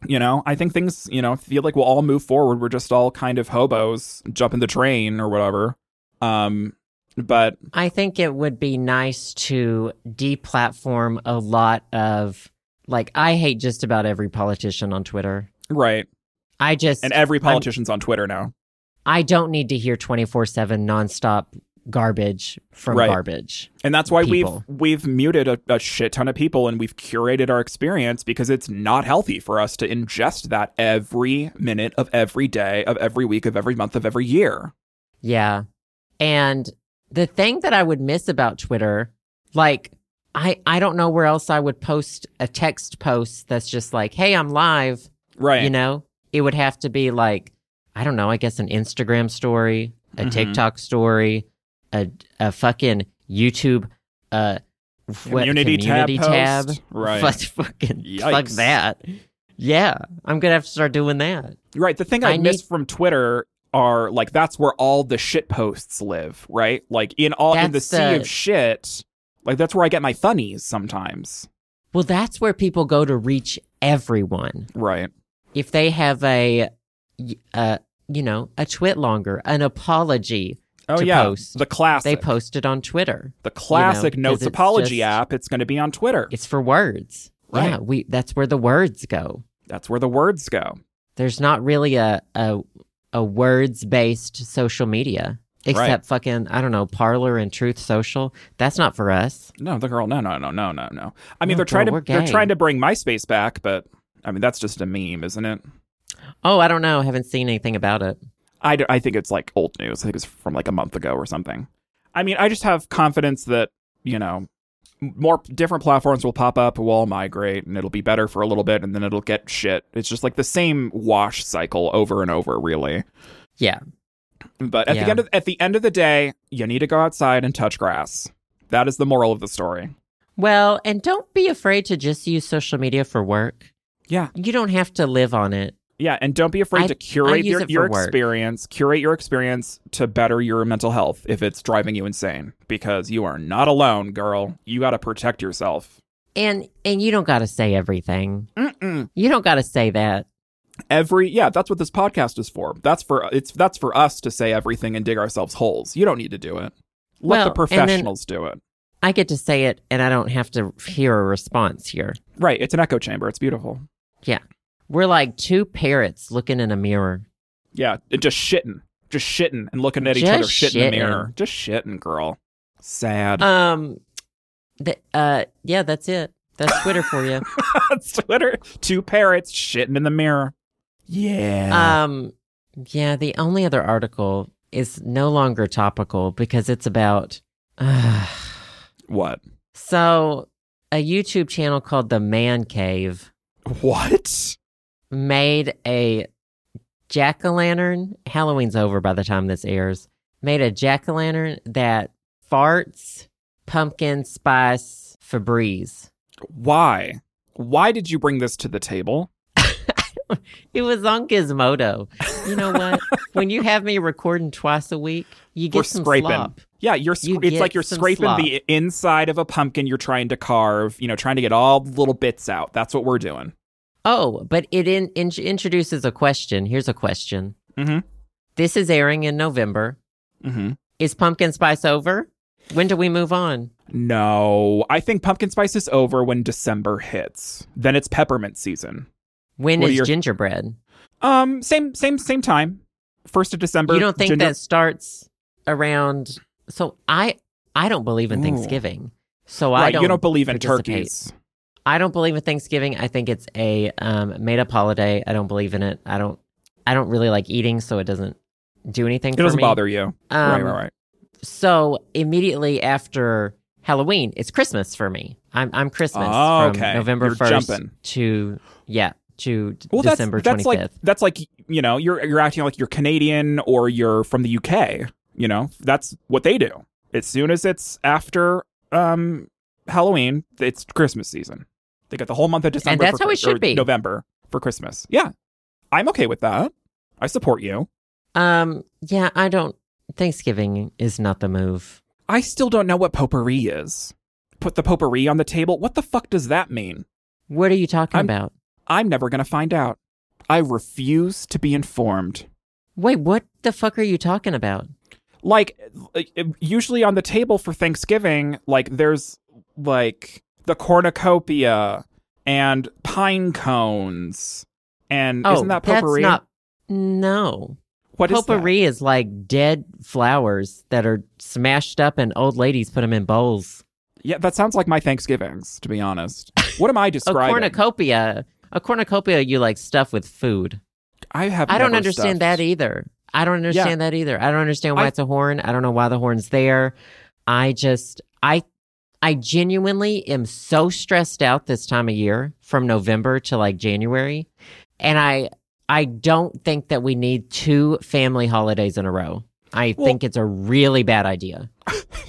S2: You know, I think things, you know, feel like we'll all move forward. We're just all kind of hobos jumping the train or whatever. Um, but
S1: I think it would be nice to deplatform a lot of like I hate just about every politician on Twitter.
S2: right.
S1: I just
S2: And every
S1: I'm-
S2: politician's on Twitter now.
S1: I don't need to hear 24/7 nonstop garbage from
S2: Right.
S1: garbage.
S2: And that's why
S1: people.
S2: we've we've muted a, a shit ton of people and we've curated our experience because it's not healthy for us to ingest that every minute of every day, of every week, of every month, of every year.
S1: Yeah. And the thing that I would miss about Twitter, like I I don't know where else I would post a text post that's just like, "Hey, I'm live."
S2: Right.
S1: You know? It would have to be like I don't know, I guess an Instagram story, a
S2: Mhm.
S1: TikTok story, a a fucking YouTube uh what,
S2: community, tab, post. Right.
S1: Fuck- fucking fuck
S2: Yikes.
S1: that. Yeah, I'm gonna have to start doing that.
S2: Right. The thing I,
S1: I
S2: miss
S1: need-
S2: from Twitter are like that's where all the shit posts live, right? Like in all in the
S1: That's
S2: sea
S1: the-
S2: of shit, like that's where I get my funnies sometimes.
S1: Well, that's where people go to reach everyone.
S2: Right.
S1: If they have a, y- uh, you know, a twit longer, an apology,
S2: Oh
S1: To
S2: yeah.
S1: post.
S2: The classic.
S1: they post it on Twitter.
S2: the classic
S1: 'cause
S2: notes
S1: it's
S2: apology
S1: just-
S2: app. It's going to be on Twitter.
S1: It's for words. Yeah,
S2: Right.
S1: we that's where the words go.
S2: That's where the words go.
S1: There's not really a a, a words based social media except fucking I don't know Parlor and Truth Social. That's not for us.
S2: No, the girl. No, no, no, no, no, no. I mean,
S1: No,
S2: they're trying
S1: girl,
S2: to
S1: we're
S2: they're
S1: gay.
S2: trying to bring MySpace back, but I mean, that's just a meme, isn't it?
S1: Oh, I don't know. haven't seen anything about it.
S2: I, d- I think it's like old news. I think it's from like a month ago or something. I mean, I just have confidence that, you know, m- more different platforms will pop up, will all migrate, and it'll be better for a little bit, and then it'll get shit. It's just like the same wash cycle over and over, really.
S1: Yeah.
S2: But at
S1: Yeah.
S2: the end of at the end of the day, you need to go outside and touch grass. That is the moral of the story.
S1: Well, and don't be afraid to just use social media for work.
S2: Yeah.
S1: You don't have to live on it.
S2: Yeah, and don't be afraid
S1: I-
S2: to curate
S1: use
S2: your,
S1: it for
S2: your
S1: work.
S2: experience. Curate your experience to better your mental health if it's driving you insane. Because you are not alone, girl. You got to protect yourself.
S1: And and you don't got to say everything.
S2: Mm-mm.
S1: You don't got to say that.
S2: Every yeah, that's what this podcast is for. That's for it's that's for us to say everything and dig ourselves holes. You don't need to do it. Let
S1: Well,
S2: the
S1: and then-
S2: professionals do it.
S1: I get to say it and I don't have to hear a response here.
S2: Right? It's an echo chamber. It's beautiful.
S1: We're like two parrots looking in a mirror.
S2: Yeah, it- just shitting, just shitting, and looking at each
S1: Just
S2: other, shitting in the
S1: shitting.
S2: mirror, just shitting, girl. Sad.
S1: Um th- uh yeah, that's it. That's Twitter for you.
S2: That's Twitter. Two parrots shitting in the mirror. Yeah.
S1: Um yeah, the only other article is no longer topical because it's about
S2: what?
S1: So, a YouTube channel called The Man Cave
S2: What?
S1: made a jack o' lantern. Halloween's over by the time this airs. Made a jack o' lantern that farts pumpkin spice Febreze.
S2: Why? Why did you bring this to the table?
S1: It was on Gizmodo. You know what? when you have me recording twice a week, you get
S2: We're
S1: some
S2: scraping.
S1: slop.
S2: Yeah, you're. Sc-
S1: You
S2: it's
S1: get
S2: like you're
S1: some
S2: scraping
S1: slop.
S2: the inside of a pumpkin. You're trying to carve. You know, trying to get all the little bits out. That's what we're doing.
S1: Oh, but it in, in, introduces a question. Here's a question.
S2: Mhm.
S1: This is airing in November.
S2: Mm-hmm.
S1: Is pumpkin spice over? When do we move on?
S2: No, I think pumpkin spice is over when December hits. Then it's peppermint season.
S1: When is
S2: What are your-
S1: gingerbread?
S2: Um, same, same, same time. First of December.
S1: You don't think
S2: ginger-
S1: that starts around? So I I don't believe in
S2: Ooh.
S1: Thanksgiving. So I
S2: right?
S1: don't.
S2: You don't believe in
S1: participate.
S2: turkeys.
S1: I don't believe in Thanksgiving. I think it's a um, made up holiday. I don't believe in it. I don't. I don't really like eating, so it doesn't do anything.
S2: It
S1: for
S2: doesn't
S1: me.
S2: bother you.
S1: Um,
S2: right, right, right.
S1: So immediately after Halloween, it's Christmas for me. I'm I'm Christmas
S2: Oh,
S1: from
S2: okay.
S1: November
S2: You're
S1: first
S2: jumping.
S1: to yeah to
S2: Well, that's
S1: December
S2: that's
S1: twenty
S2: like
S1: fifth.
S2: that's like you know you're you're acting like you're Canadian or you're from the UK. You know that's what they do. As soon as it's after um Halloween, it's Christmas season. They got the whole month of December.
S1: that's
S2: for
S1: how it
S2: Chris-
S1: should
S2: or
S1: be.
S2: November for Christmas. Yeah, I'm okay with that. I support you.
S1: um yeah, I don't. Thanksgiving is not the move.
S2: I still don't know what potpourri is. Put the potpourri on the table. What the fuck does that mean?
S1: What are you talking
S2: I'm-
S1: about?
S2: I'm never gonna find out. I refuse to be informed.
S1: Wait, what the fuck are you talking about?
S2: like uh, usually on the table for Thanksgiving, like there's like the cornucopia and pine cones, and
S1: Oh,
S2: isn't that
S1: that's
S2: potpourri?
S1: not. No,
S2: What is that?
S1: potpourri is like dead flowers that are smashed up, and old ladies put them in bowls.
S2: Yeah, that sounds like my Thanksgivings, to be honest. What am I
S1: A
S2: describing?
S1: cornucopia. A cornucopia, you like stuff with food.
S2: I have.
S1: I don't
S2: never
S1: understand
S2: stuffed.
S1: that either. I don't understand that either. I don't understand why
S2: I-
S1: it's a horn. I don't know why the horn's there. I just, I, I genuinely am so stressed out this time of year from November to like January, and I, I don't think that we need two family holidays in a row. I
S2: Well-
S1: think it's a really bad idea,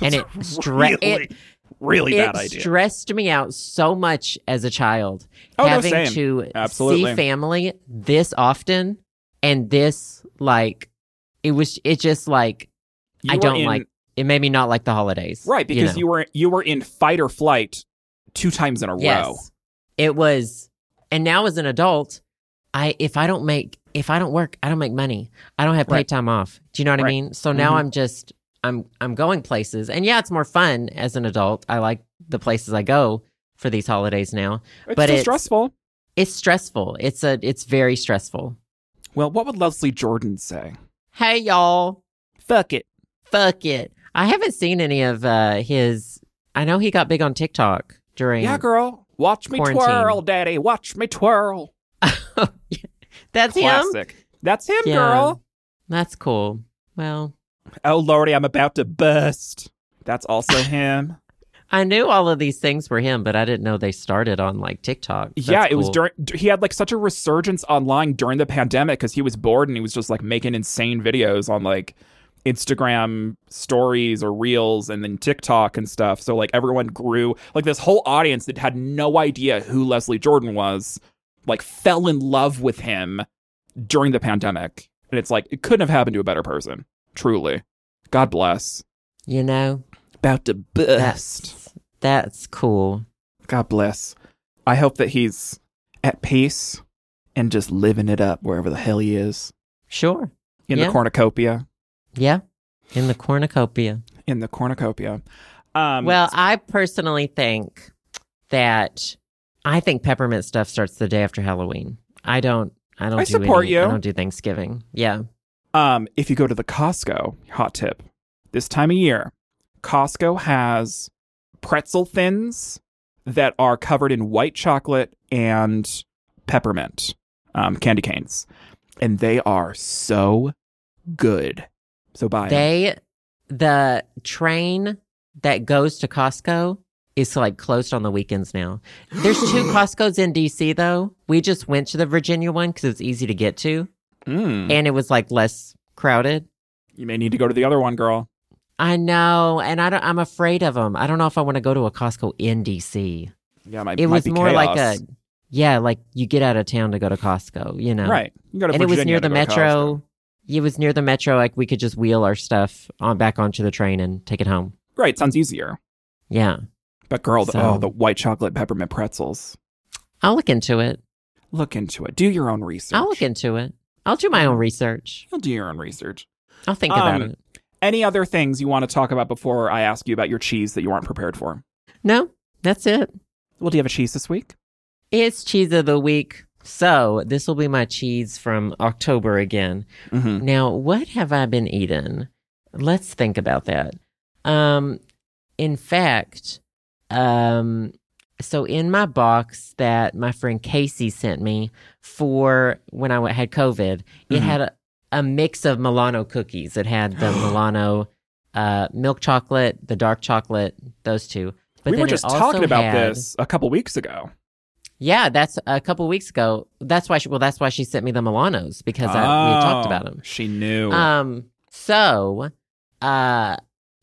S1: and it stre-
S2: really,
S1: e- it,
S2: really
S1: it
S2: bad idea.
S1: stressed me out so much as a child
S2: Oh, no,
S1: having
S2: same.
S1: to
S2: Absolutely.
S1: see family this often and this like it was it just like
S2: You
S1: I
S2: were
S1: don't
S2: in-
S1: like it made me not like the holidays
S2: right because you,
S1: know?
S2: were you were in fight or flight two times in a row.
S1: yes it was and now as an adult I if I don't make if I don't work I don't make money I don't have paid
S2: Right.
S1: time off do you know what I
S2: Right.
S1: mean so now
S2: Mhm.
S1: I'm just I'm I'm going places and yeah it's more fun as an adult I like the places I go for these holidays now
S2: It's
S1: But
S2: so
S1: it's-
S2: stressful.
S1: it's stressful. It's a it's very stressful.
S2: Well, what would Leslie Jordan say?
S1: Hey y'all,
S2: Fuck it.
S1: fuck it. I haven't seen any of uh his I know he got big on TikTok during
S2: Yeah, girl. Watch me
S1: Quarantine.
S2: twirl, daddy. Watch me twirl.
S1: That's him.
S2: Classic. That's him,
S1: Yeah.
S2: girl.
S1: That's cool. Well,
S2: Oh, Lordy, I'm about to bust. That's also him.
S1: I knew all of these things were him, but I didn't know they started on like TikTok. That's
S2: yeah, it was
S1: cool.
S2: during, he had like such a resurgence online during the pandemic because he was bored and he was just like making insane videos on like Instagram stories or reels and then TikTok and stuff. So like everyone grew, like this whole audience that had no idea who Leslie Jordan was, like fell in love with him during the pandemic. And it's like, it couldn't have happened to a better person. Truly. God bless.
S1: You know,
S2: About to bust.
S1: that's that's cool.
S2: God bless. I hope that he's at peace and just living it up wherever the hell he is.
S1: Sure.
S2: In
S1: Yeah.
S2: the cornucopia.
S1: Yeah. In the cornucopia.
S2: In the cornucopia. Um,
S1: well, I personally think that I think peppermint stuff starts the day after Halloween. I don't. I don't.
S2: I
S1: do
S2: support
S1: any-
S2: you.
S1: I don't do Thanksgiving. Yeah.
S2: um, if you go to the Costco, hot tip this time of year, Costco has pretzel thins that are covered in white chocolate and peppermint um, candy canes. And they are so good. So buy 'em.
S1: They, the train that goes to Costco is like closed on the weekends now. There's two Costco's in DC though. We just went to the Virginia one because it's easy to get to,
S2: Mm.
S1: and it was like less crowded.
S2: You may need to go to the other one, girl.
S1: I know, and I don't. I'm afraid of them. I don't know if I want to go to a Costco in DC.
S2: Yeah, might,
S1: It
S2: might
S1: was
S2: be
S1: more like
S2: chaos.
S1: a, yeah, like you get out of town to go to Costco, you know?
S2: right. You go to
S1: and it
S2: Virginia
S1: was near
S2: to
S1: the
S2: go to college,
S1: metro. It was near the metro. Like we could just wheel our stuff on back onto the train and take it home.
S2: though. Right, sounds easier.
S1: Yeah,
S2: But girl, the,
S1: So-
S2: oh, the white chocolate peppermint pretzels.
S1: I'll look into it.
S2: Look into it. Do your own research.
S1: I'll look into it. I'll do my own research.
S2: You'll do your own research.
S1: I'll think about
S2: Um,
S1: it.
S2: Any other things you want to talk about before I ask you about your cheese that you aren't prepared for?
S1: No, that's it.
S2: Well, do you have a cheese this week?
S1: It's cheese of the week. So this will be my cheese from October again.
S2: Mm-hmm.
S1: Now, what have I been eating? Let's think about that. Um, in fact, um, so in my box that my friend Casey sent me for when I had COVID, it
S2: Mhm.
S1: had a, a mix of Milano cookies. It had the Milano uh, milk chocolate, the dark chocolate, those two. But
S2: we
S1: then
S2: were
S1: it
S2: just
S1: also
S2: talking about
S1: had-
S2: this a couple weeks ago.
S1: Yeah, that's a couple weeks ago. That's why. She, well, that's why she sent me the Milanos because I, we had talked
S2: Oh,
S1: about them.
S2: She knew.
S1: Um, so uh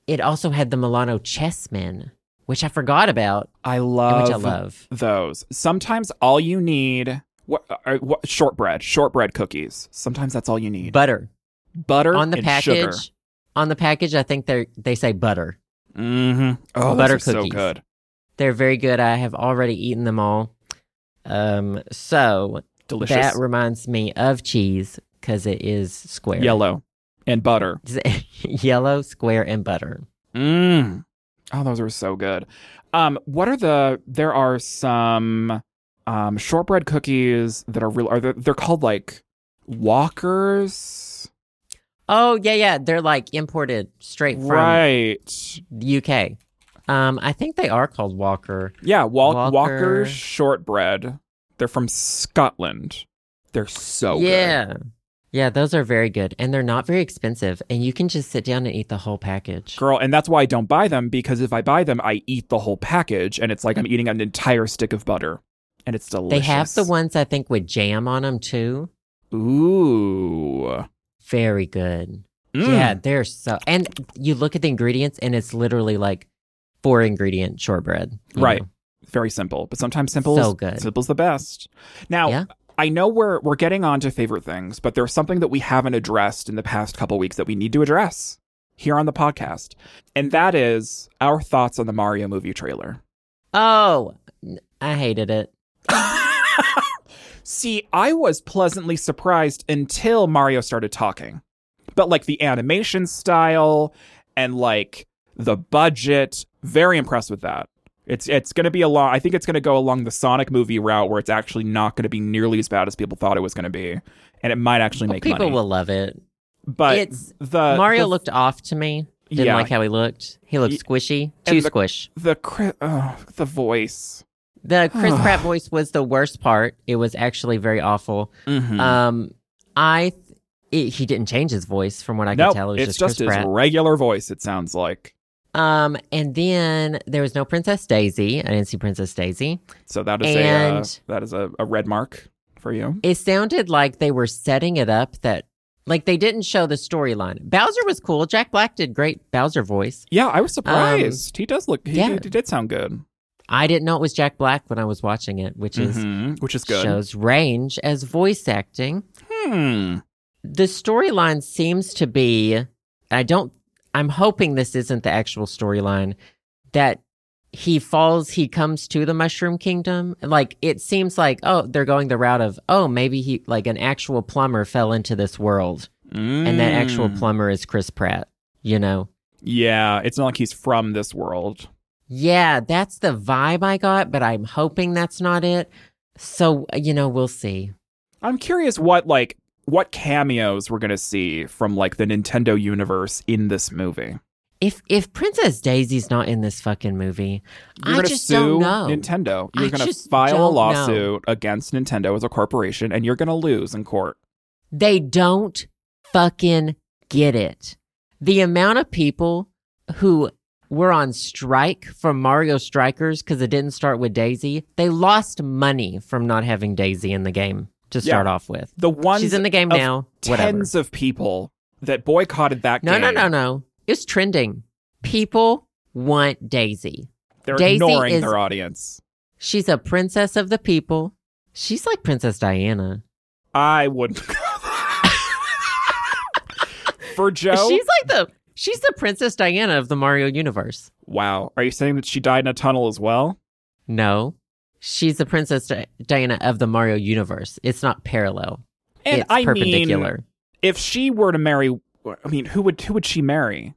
S1: it also had the Milano chessmen, which I forgot about
S2: I
S1: and
S2: love,
S1: which I love.
S2: those. Sometimes all you need what, uh, what shortbread, shortbread cookies. Sometimes that's all you need.
S1: Butter.
S2: butter
S1: On the
S2: and
S1: package.
S2: Sugar.
S1: On the package, I think they they say butter.
S2: Mm-hmm. Oh,
S1: Butter
S2: those are so
S1: cookies.
S2: good.
S1: They're very good. I have already eaten them all. Um so
S2: Delicious.
S1: that reminds me of cheese because it is square.
S2: Yellow and butter.
S1: Yellow, square, and butter.
S2: Mm. Oh, those are so good. Um, what are the? There are some um shortbread cookies that are real. Are they, they're called like walkers?
S1: Oh yeah, yeah. They're like imported straight from
S2: Right.
S1: the UK. Um, I think they are called Walker.
S2: Yeah. Wal-
S1: Walker.
S2: Walker shortbread. They're from Scotland. They're so Oh, good.
S1: yeah. Yeah, those are very good. And they're not very expensive. And you can just sit down and eat the whole package.
S2: Girl, and that's why I don't buy them because if I buy them, I eat the whole package, and it's like I'm eating an entire stick of butter, and it's
S1: they
S2: delicious.
S1: have the ones I think with jam on them too.
S2: Ooh.
S1: Very good.
S2: Mm.
S1: Yeah, they're so. And you look at the ingredients and it's literally like four ingredient shortbread. you
S2: Right.
S1: know?
S2: very simple, but sometimes simple
S1: So
S2: is
S1: good.
S2: simple's the best. Now,
S1: Yeah.
S2: I know we're we're getting on to favorite things, but there's something that we haven't addressed in the past couple weeks that we need to address here on the podcast, and that is our thoughts on the Mario movie trailer.
S1: Oh, n- I hated it.
S2: See, I was pleasantly surprised until Mario started talking. But like the animation style and like the budget, very impressed with that. It's it's going to be a lot. I think it's going to go along the Sonic movie route where it's actually not going to be nearly as bad as people thought it was going to be, and it might actually make
S1: People
S2: money.
S1: will love it.
S2: but
S1: it's-
S2: the
S1: Mario
S2: the,
S1: looked off to me. Didn't
S2: Yeah.
S1: like how he looked. He looked
S2: Y-
S1: squishy.
S2: and
S1: Too
S2: the-
S1: squish.
S2: the cri- oh, the voice.
S1: The Chris Pratt voice was the worst part. It was actually very awful.
S2: Mm-hmm.
S1: Um, I th- it, he didn't change his voice from what I can
S2: no,
S1: tell. It was
S2: it's
S1: just
S2: just
S1: Chris
S2: his
S1: Pratt.
S2: regular voice. It sounds like
S1: um, and then there was no Princess Daisy. I didn't see Princess Daisy.
S2: so. That is a uh,
S1: And-
S2: that is a, a red mark for you.
S1: It sounded like they were setting it up that like they didn't show the storyline. Bowser was cool. Jack Black did great Bowser voice.
S2: Yeah, I was surprised. he does look. He,
S1: Um, yeah.
S2: he did sound good,
S1: I didn't know it was Jack Black when I was watching it, which is
S2: Mhm, which is good.
S1: shows range as voice acting.
S2: Hmm.
S1: the storyline seems to be i don't i'm hoping this isn't the actual storyline that he falls he comes to the mushroom kingdom like it seems like oh they're going the route of oh maybe he like an actual plumber fell into this world and that actual
S2: Mm.
S1: plumber is chris pratt you know
S2: Yeah, it's not like he's from this world.
S1: yeah that's the vibe i got but i'm hoping that's not it so you know we'll see
S2: I'm curious what like what cameos we're gonna see from like the Nintendo universe in this movie.
S1: if if princess daisy's not in this fucking movie
S2: You're
S1: I
S2: gonna
S1: just don't
S2: sue
S1: know.
S2: Nintendo. You're
S1: I
S2: gonna
S1: just
S2: file a
S1: don't know.
S2: lawsuit against Nintendo as a corporation, and you're gonna lose in court.
S1: They don't fucking get it. The amount of people who were on strike from Mario Strikers because it didn't start with Daisy, they lost money from not having Daisy in the game to
S2: Yeah.
S1: start off with.
S2: The ones
S1: She's in the game
S2: of
S1: now. Whatever.
S2: tens of people that boycotted that
S1: No,
S2: game.
S1: no, no, no. It's trending. People want Daisy.
S2: They're
S1: Daisy
S2: ignoring
S1: is-
S2: their audience.
S1: She's a princess of the people. She's like Princess Diana.
S2: I wouldn't. For Joe,
S1: She's like the she's the Princess Diana of the Mario universe.
S2: wow. Are you saying that she died in a tunnel as well?
S1: No. She's the Princess Di- Diana of the Mario universe. It's not parallel.
S2: And
S1: it's
S2: I mean,
S1: perpendicular.
S2: if she were to marry, I mean, who would who would she marry?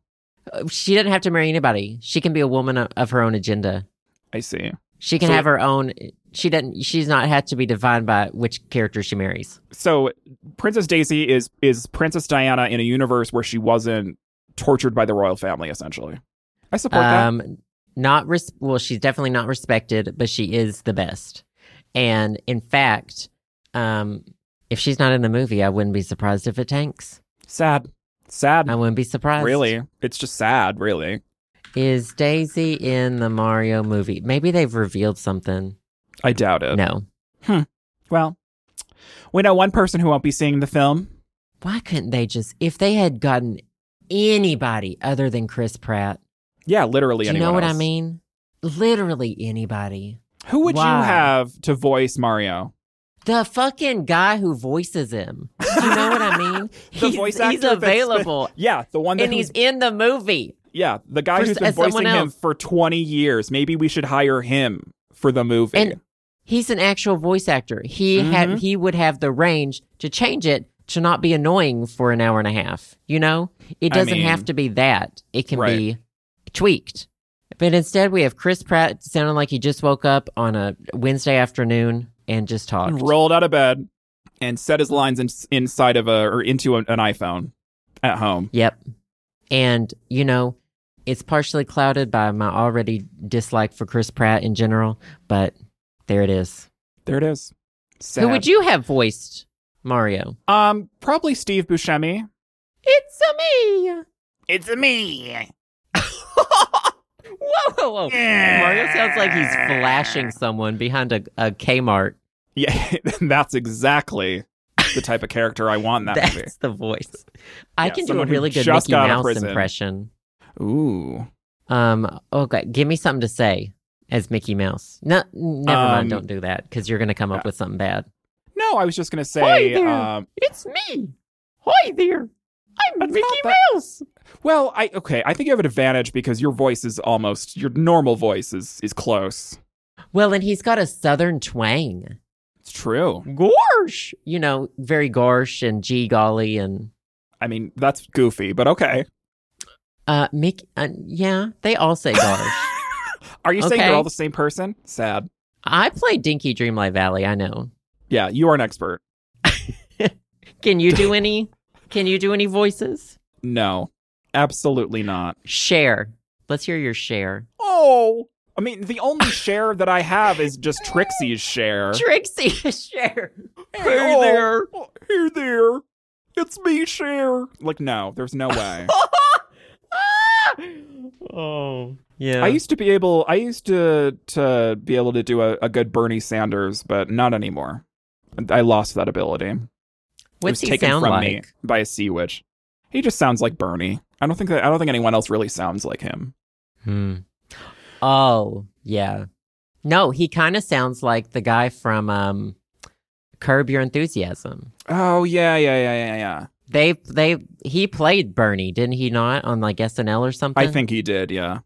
S1: Uh, She doesn't have to marry anybody. She can be a woman of, of her own agenda.
S2: I see.
S1: She can
S2: So-
S1: have her own she doesn't she's not had to be defined by which character she marries.
S2: So Princess Daisy is is Princess Diana in a universe where she wasn't tortured by the royal family, essentially. I support that.
S1: Um, not res- well, she's definitely not respected, but she is the best. And in fact, um, if she's not in the movie, I wouldn't be surprised if it tanks.
S2: Sad, sad.
S1: I wouldn't be surprised.
S2: Really, it's just sad. Really,
S1: Is Daisy in the Mario movie? Maybe they've revealed something.
S2: I doubt it.
S1: No.
S2: Well, we know one person who won't be seeing the film.
S1: Why couldn't they just, if they had gotten anybody other than Chris Pratt,
S2: Yeah, literally.
S1: do you
S2: anyone
S1: know what I
S2: else.
S1: mean? Literally anybody.
S2: Who would you
S1: Why?
S2: have to voice Mario?
S1: The fucking guy who voices him. Do you know what I mean?
S2: The
S1: he's,
S2: voice
S1: he's
S2: actor that's been-
S1: available.
S2: Yeah, the one that
S1: and
S2: who's-
S1: he's in the movie.
S2: yeah the guy
S1: for-
S2: who's been
S1: as someone
S2: voicing him
S1: else.
S2: for twenty years. Maybe we should hire him for the movie.
S1: And He's an actual voice actor. He
S2: Mm-hmm.
S1: had he would have the range to change it to not be annoying for an hour and a half. You know? It
S2: I
S1: doesn't
S2: mean-
S1: have to be that. It can
S2: Right.
S1: be tweaked. But instead we have Chris Pratt sounding like he just woke up on a Wednesday afternoon and just talked.
S2: rolled out of bed and set his lines in, inside of a or into an, an iPhone at home.
S1: Yep. And, you know, it's partially clouded by my already dislike for Chris Pratt in general, but there it is.
S2: There it is. Sad.
S1: Who would you have voiced Mario?
S2: Um, probably Steve Buscemi.
S1: It's a me.
S2: It's me.
S1: whoa, whoa, whoa. Mario sounds like he's flashing someone behind a, a Kmart.
S2: Yeah, that's exactly the type of character I want in that movie.
S1: That's the voice. I
S2: Yeah,
S1: can do a
S2: someone who
S1: really good
S2: just
S1: Mickey
S2: got out of
S1: Mouse
S2: prison.
S1: impression.
S2: Ooh.
S1: Um, okay, give me something to say as Mickey Mouse. No, never
S2: Um,
S1: mind, don't do that because you're going to come up with something bad.
S2: No, I was just gonna
S1: Hi
S2: say.
S1: there.
S2: Um,
S1: It's me. Hi there. I'm
S2: That's not that-
S1: Mouse.
S2: well, I okay. I think you have an advantage because your voice is almost your normal voice is is close.
S1: Well, and he's got a southern twang.
S2: It's true.
S1: Gorsh. You know, very gorsh and gee golly and
S2: I mean, that's goofy, but okay.
S1: uh Mick uh, yeah, they all say gorsh.
S2: Are you saying
S1: Okay.
S2: they're all the same person? Sad.
S1: I play Dinky Dreamlight Valley, I know.
S2: Yeah, you are an expert.
S1: Can you do any can you do any voices?
S2: No, absolutely not.
S1: Share. Let's hear your share.
S2: Oh, I mean, the only share that I have is just Trixie's share.
S1: Trixie share. Hey
S2: oh. Oh, hey there, it's me, share. Like, no, there's no way.
S1: oh. Yeah.
S2: I used to be able, I used to to be able to do a, a good Bernie Sanders, but not anymore. I lost that ability.
S1: What's
S2: it was
S1: he
S2: taken
S1: sound
S2: from
S1: like?
S2: me by a sea witch. He just sounds like Bernie. I don't think that I don't think anyone else really sounds like him.
S1: Hmm. Oh, yeah. No, he kind of sounds like the guy from um, Curb Your Enthusiasm.
S2: Oh yeah, yeah, yeah, yeah, yeah.
S1: They they he played Bernie, didn't he not on like SNL or something?
S2: I think he did. Yeah.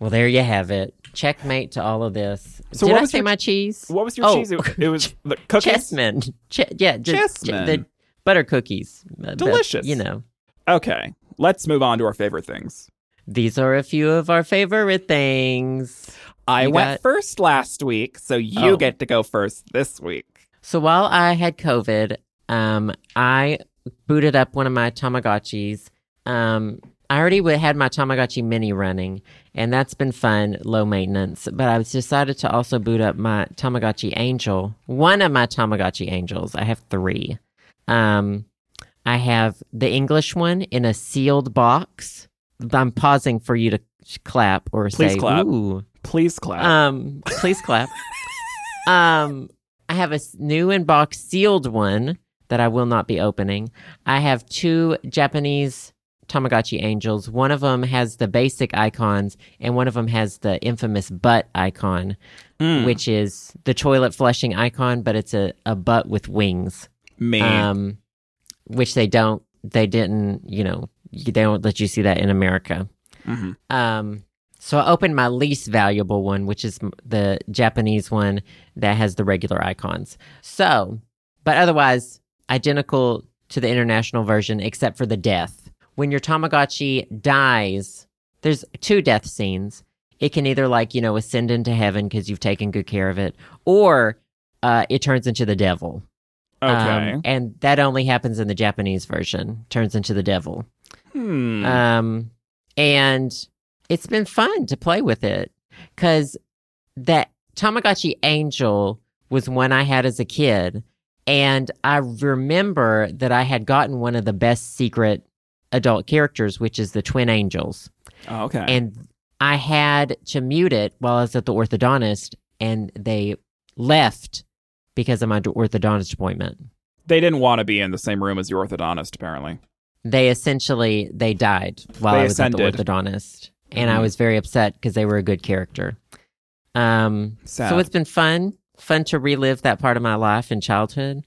S1: Well, there you have it. Checkmate to all of this.
S2: So
S1: Did
S2: what
S1: I
S2: was
S1: say
S2: your-
S1: my cheese?
S2: What was your
S1: Oh.
S2: cheese? It, it was the cookies.
S1: Chessmen. Ch- yeah, j-
S2: Chessmen.
S1: the butter cookies. Uh, but,
S2: Delicious.
S1: you know,
S2: Okay, let's move on to our favorite things.
S1: these are a few of our favorite things.
S2: I
S1: You
S2: went
S1: got-
S2: first last week, so you
S1: Oh.
S2: get to go first this week.
S1: So while I had COVID, um, I booted up one of my Tamagotchis. Um, I already wa- had my Tamagotchi Mini running, and that's been fun, low maintenance. But I was decided to also boot up my Tamagotchi Angel, one of my Tamagotchi Angels. I have three. Um, I have the English one in a sealed box. I'm pausing for you to clap or
S2: Please
S1: say,
S2: clap.
S1: "Ooh."
S2: Please clap.
S1: Um, please clap. um, I have a s- new inbox sealed one that I will not be opening. I have two Japanese Tamagotchi angels. One of them has the basic icons, and one of them has the infamous butt icon.
S2: Mm,
S1: which is the toilet flushing icon, but it's a, a butt with wings.
S2: me.
S1: Um, which they don't, they didn't, you know, y- they don't let you see that in America.
S2: Mhm.
S1: Um, so I opened my least valuable one, which is m- the Japanese one that has the regular icons. So, but otherwise, identical to the international version, except for the death. When your Tamagotchi dies, there's two death scenes. It can either, like, you know, ascend into heaven because you've taken good care of it, or uh, it turns into the devil.
S2: Okay.
S1: Um, and that only happens in the Japanese version, turns into the devil.
S2: hmm.
S1: Um, and it's been fun to play with it because that Tamagotchi Angel was one I had as a kid. And I remember that I had gotten one of the best secret adult characters, which is the twin angels.
S2: Oh, okay.
S1: And I had to mute it while I was at the orthodontist, and they left because of my orthodontist appointment.
S2: they didn't want to be in the same room as your orthodontist, apparently.
S1: they essentially they died while
S2: They
S1: I was at the
S2: ascended.
S1: orthodontist, and I
S2: Mhm.
S1: was very upset because they were a good character. Um,
S2: Sad.
S1: so it's been fun, fun to relive that part of my life in childhood,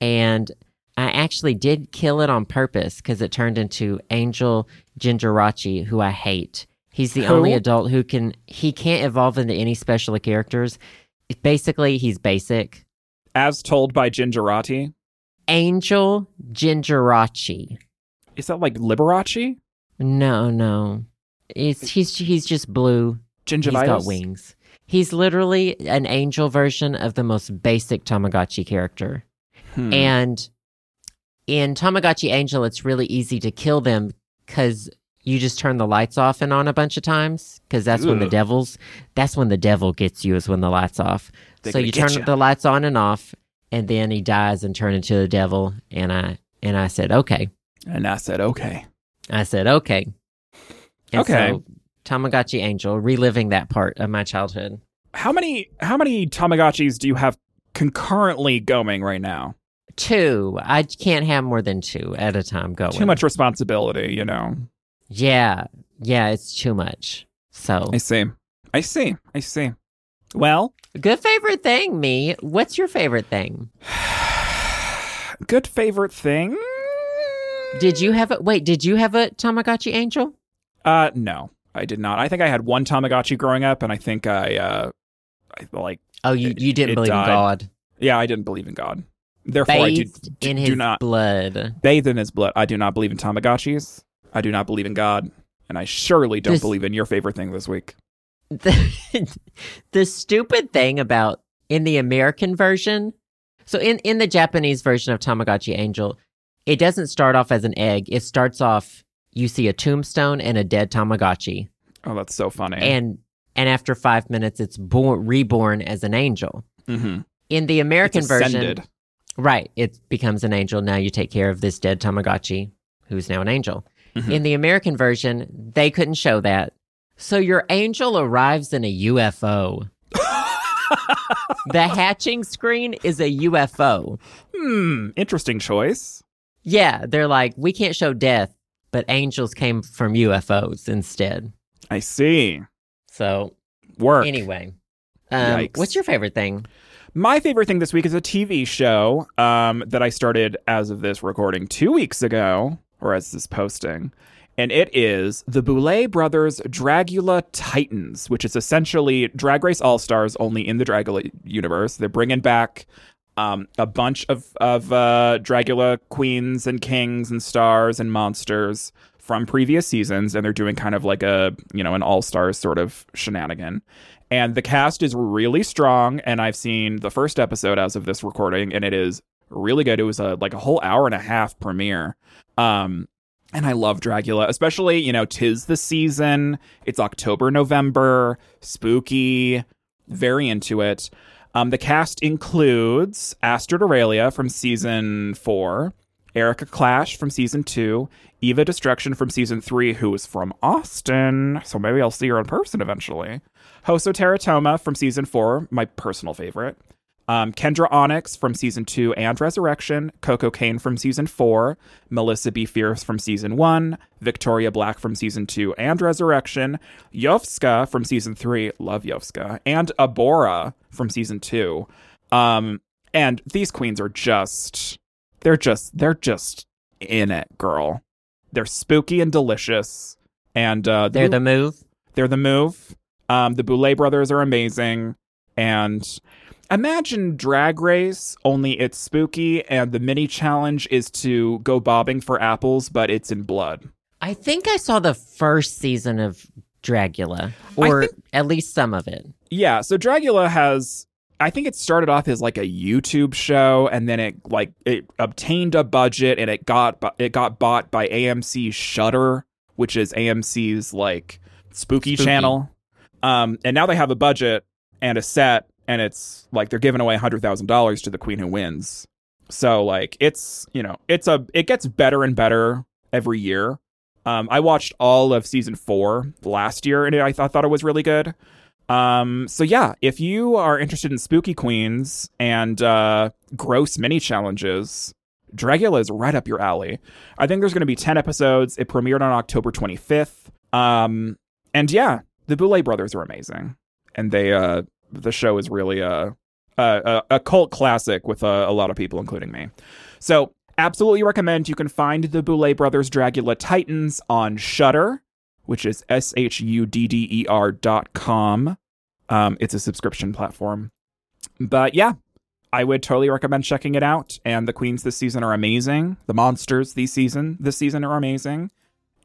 S1: and I actually did kill it on purpose because it turned into Angel Gingerachi, who I hate. He's the
S2: Who?
S1: only adult who can he can't evolve into any special characters. Basically, he's basic.
S2: as told by Gingerati.
S1: Angel Gingerachi.
S2: Is that like Liberace?
S1: No, no. It's he's he's just blue. He's
S2: Gingivitis?
S1: got wings. He's literally an angel version of the most basic Tamagotchi character.
S2: Hmm.
S1: And in Tamagotchi Angel, it's really easy to kill them because you just turn the lights off and on a bunch of times. Because that's when the
S2: Ugh.
S1: devil's that's when the devil gets you is when the lights off.
S2: They're
S1: so
S2: gonna
S1: you
S2: get
S1: turn
S2: ya.
S1: the lights on and off, and then he dies and turn into the devil. And I and I said, okay,
S2: And I said, okay.
S1: I said, okay. And
S2: Okay.
S1: So, Tamagotchi Angel, reliving that part of my childhood.
S2: How many how many Tamagotchis do you have concurrently going right now?
S1: Two. I can't have more than two at a time going.
S2: Too much responsibility, you know.
S1: Yeah. Yeah, it's too much. So,
S2: I see. I see. I see. Well,
S1: good favorite thing, me. What's your favorite thing?
S2: good favorite thing?
S1: Did you have a wait? Did you have a Tamagotchi Angel?
S2: Uh no, I did not. I think I had one Tamagotchi growing up and I think I uh I like
S1: Oh, you
S2: It-
S1: you didn't
S2: it
S1: believe
S2: died.
S1: in God.
S2: yeah, I didn't believe in God. Therefore I do
S1: Bathed in
S2: do
S1: his
S2: not-
S1: blood.
S2: bathed in his blood. I do not believe in Tamagotchis. I do not believe in God. And I surely don't
S1: This-
S2: believe in your favorite thing this week.
S1: the, the stupid thing about in the American version, so in, in the Japanese version of Tamagotchi Angel, it doesn't start off as an egg. It starts off you see a tombstone and a dead Tamagotchi,
S2: Oh, that's so funny.
S1: and and after five minutes, it's born, reborn as an angel.
S2: Mhm.
S1: In the American
S2: It's
S1: version,
S2: ascended.
S1: Right. It becomes an angel. Now you take care of this dead Tamagotchi, who's now an angel.
S2: Mhm.
S1: In the American version, they couldn't show that. So your angel arrives in a UFO. the hatching screen is a UFO.
S2: Hmm, interesting choice.
S1: Yeah, they're like, we can't show death, but angels came from UFOs instead.
S2: I see.
S1: So,
S2: Work.
S1: anyway, um,
S2: Yikes.
S1: what's your favorite thing?
S2: My favorite thing this week is a TV show um, that I started as of this recording two weeks ago, or as this posting. And it is the Boulet Brothers Dragula Titans, which is essentially Drag Race All Stars only in the Dragula universe. They're bringing back um, a bunch of, of uh, Dragula queens and kings and stars and monsters from previous seasons. And they're doing kind of like a, you know, an All Stars sort of shenanigan and the cast is really strong and i've seen the first episode as of this recording and it is really good it was a like a whole hour and a half premiere um and i love dracula especially you know tis the season it's october november spooky very into it um the cast includes astrid aurelia from season four Erica Clash from season two, Eva Destruction from season three, who is from Austin, so maybe I'll see her in person eventually. Hoso Teratoma from season four, my personal favorite. Um, Kendra Onyx from season two and Resurrection, Coco Kane from season four, Melissa B. Fierce from season one, Victoria Black from season two and Resurrection, Yovska from season three, love Yovska, and Abora from season two. Um, and these queens are just, they're just, they're just in it, girl. They're spooky and delicious. And uh,
S1: They're the move.
S2: they're the move. Um, the Boulet brothers are amazing. And imagine Drag Race, only it's spooky, and the mini challenge is to go bobbing for apples, but it's in blood.
S1: I think I saw the first season of Dragula, or
S2: think-
S1: at least some of it.
S2: Yeah, so Dragula has. I think it started off as like a YouTube show, and then it like it obtained a budget, and it got bu- it got bought by AMC Shutter, which is AMC's like spooky,
S1: Spooky.
S2: channel. Um, and now they have a budget and a set, and it's like they're giving away hundred thousand dollars to the queen who wins. So like it's you know it's a it gets better and better every year. Um, I watched all of season four last year, and I, th- I thought it was really good. Um, so yeah, if you are interested in spooky queens and uh, gross mini challenges, Dragula is right up your alley. I think there's going to be ten episodes. It premiered on October 25th. Um, and yeah, the Boulet brothers are amazing, and they uh, the show is really uh, a a, a cult classic with uh, a lot of people, including me. So absolutely recommend. You can find the Boulet brothers Dragula Titans on Shudder which is S H U D D E R dot com. Um, it's a subscription platform. But yeah, I would totally recommend checking it out. And the queens this season are amazing. The monsters this season this season are amazing.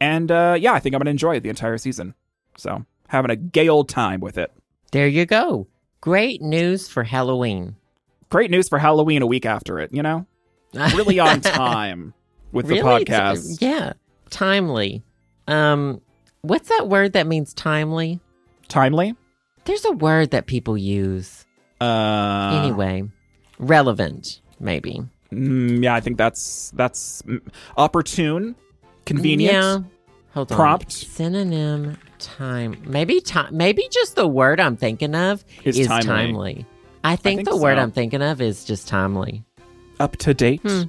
S2: And uh, yeah, I think I'm gonna enjoy it the entire season. So having a gay old time with it.
S1: There you go. Great news for Halloween.
S2: Great news for Halloween a week after it, you know? Really on time with the
S1: Really?
S2: podcast.
S1: It's- yeah, timely. Um, what's that word that means timely?
S2: Timely.
S1: There's a word that people use
S2: Uh,
S1: anyway. Relevant, maybe.
S2: mm, yeah, I think that's that's mm, opportune, convenient.
S1: Yeah. Hold on.
S2: Prompt.
S1: Synonym. Time. Maybe time. Maybe just the word I'm thinking of
S2: Is
S1: is
S2: timely.
S1: timely. I think,
S2: think
S1: the word
S2: so.
S1: I'm thinking of is just timely.
S2: up to date,
S1: Hmm.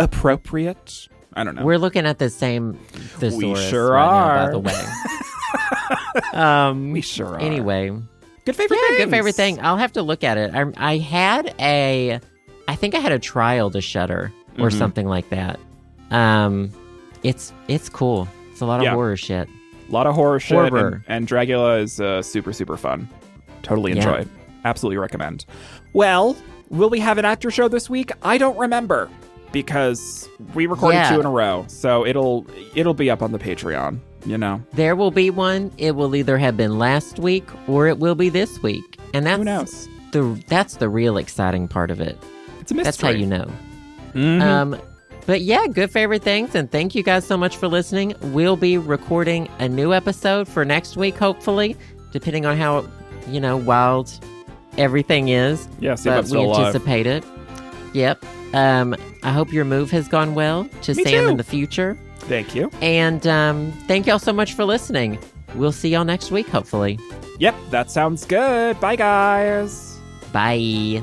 S2: appropriate. I don't know.
S1: We're looking at the same thesaurus
S2: sure
S1: right
S2: are.
S1: Now, by the way. um.
S2: we sure are.
S1: Anyway,
S2: good favorite
S1: yeah,
S2: things.
S1: good favorite thing. I'll have to look at it. I, I had a, I think I had a trial to Shutter or
S2: Mhm.
S1: something like that. Um, it's it's cool. It's a lot of
S2: Yeah.
S1: horror shit.
S2: A lot of horror shit, and,
S1: Horror.
S2: and Dragula is uh, super super fun. Totally
S1: Yeah.
S2: enjoy. it. Absolutely recommend. Well, will we have an after show this week? I don't remember because we recorded
S1: Yeah.
S2: two in a row, so it'll it'll be up on the Patreon. You know,
S1: There will be one. It will either have been last week or it will be this week, and that's
S2: who knows?
S1: the that's the real exciting part of it.
S2: It's a mystery.
S1: That's how you know.
S2: Mhm.
S1: Um, but yeah, good favorite things, and thank you guys so much for listening. We'll be recording a new episode for next week, hopefully, depending on how you know wild everything is.
S2: yeah, see if I'm
S1: Uh, but
S2: still
S1: we
S2: alive.
S1: anticipate it. Yep. Um, I hope your move has gone well to
S2: Me
S1: Sam
S2: too.
S1: in the future.
S2: Thank you.
S1: And um, thank y'all so much for listening. We'll see y'all next week, hopefully.
S2: Yep, that sounds good. Bye, guys.
S1: Bye.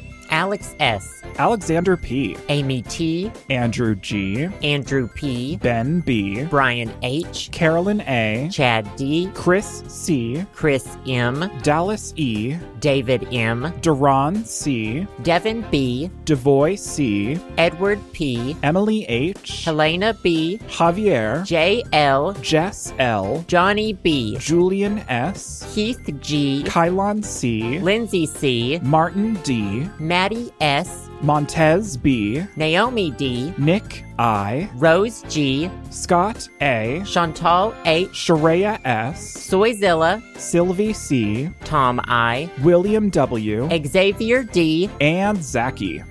S1: Alex S.,
S2: Alexander P.,
S1: Amy T.,
S2: Andrew G.,
S1: Andrew P.,
S2: Ben B.,
S1: Brian H.,
S2: Carolyn A.,
S1: Chad D.,
S2: Chris C.,
S1: Chris M.,
S2: Dallas E.,
S1: David M.,
S2: Duran C.,
S1: Devin B.,
S2: Devoy C.,
S1: Edward P.,
S2: Emily H.,
S1: Helena B.,
S2: Javier,
S1: J.L.,
S2: Jess L.,
S1: Johnny B.,
S2: Julian S.,
S1: Keith G.,
S2: Kylon C,
S1: Lindsay C.,
S2: Martin D,
S1: Maddie S.,
S2: Montez B,
S1: Naomi D.,
S2: Nick I,
S1: Rose G.,
S2: Scott A,
S1: Chantal H.,
S2: Sharia S,
S1: Soyzilla,
S2: Sylvie C,
S1: Tom I,
S2: William W,
S1: Xavier D,
S2: and Zaki.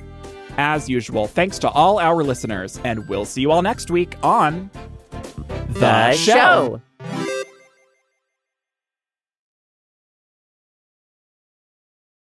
S2: as usual, thanks to all our listeners, and we'll see you all next week on
S1: The show.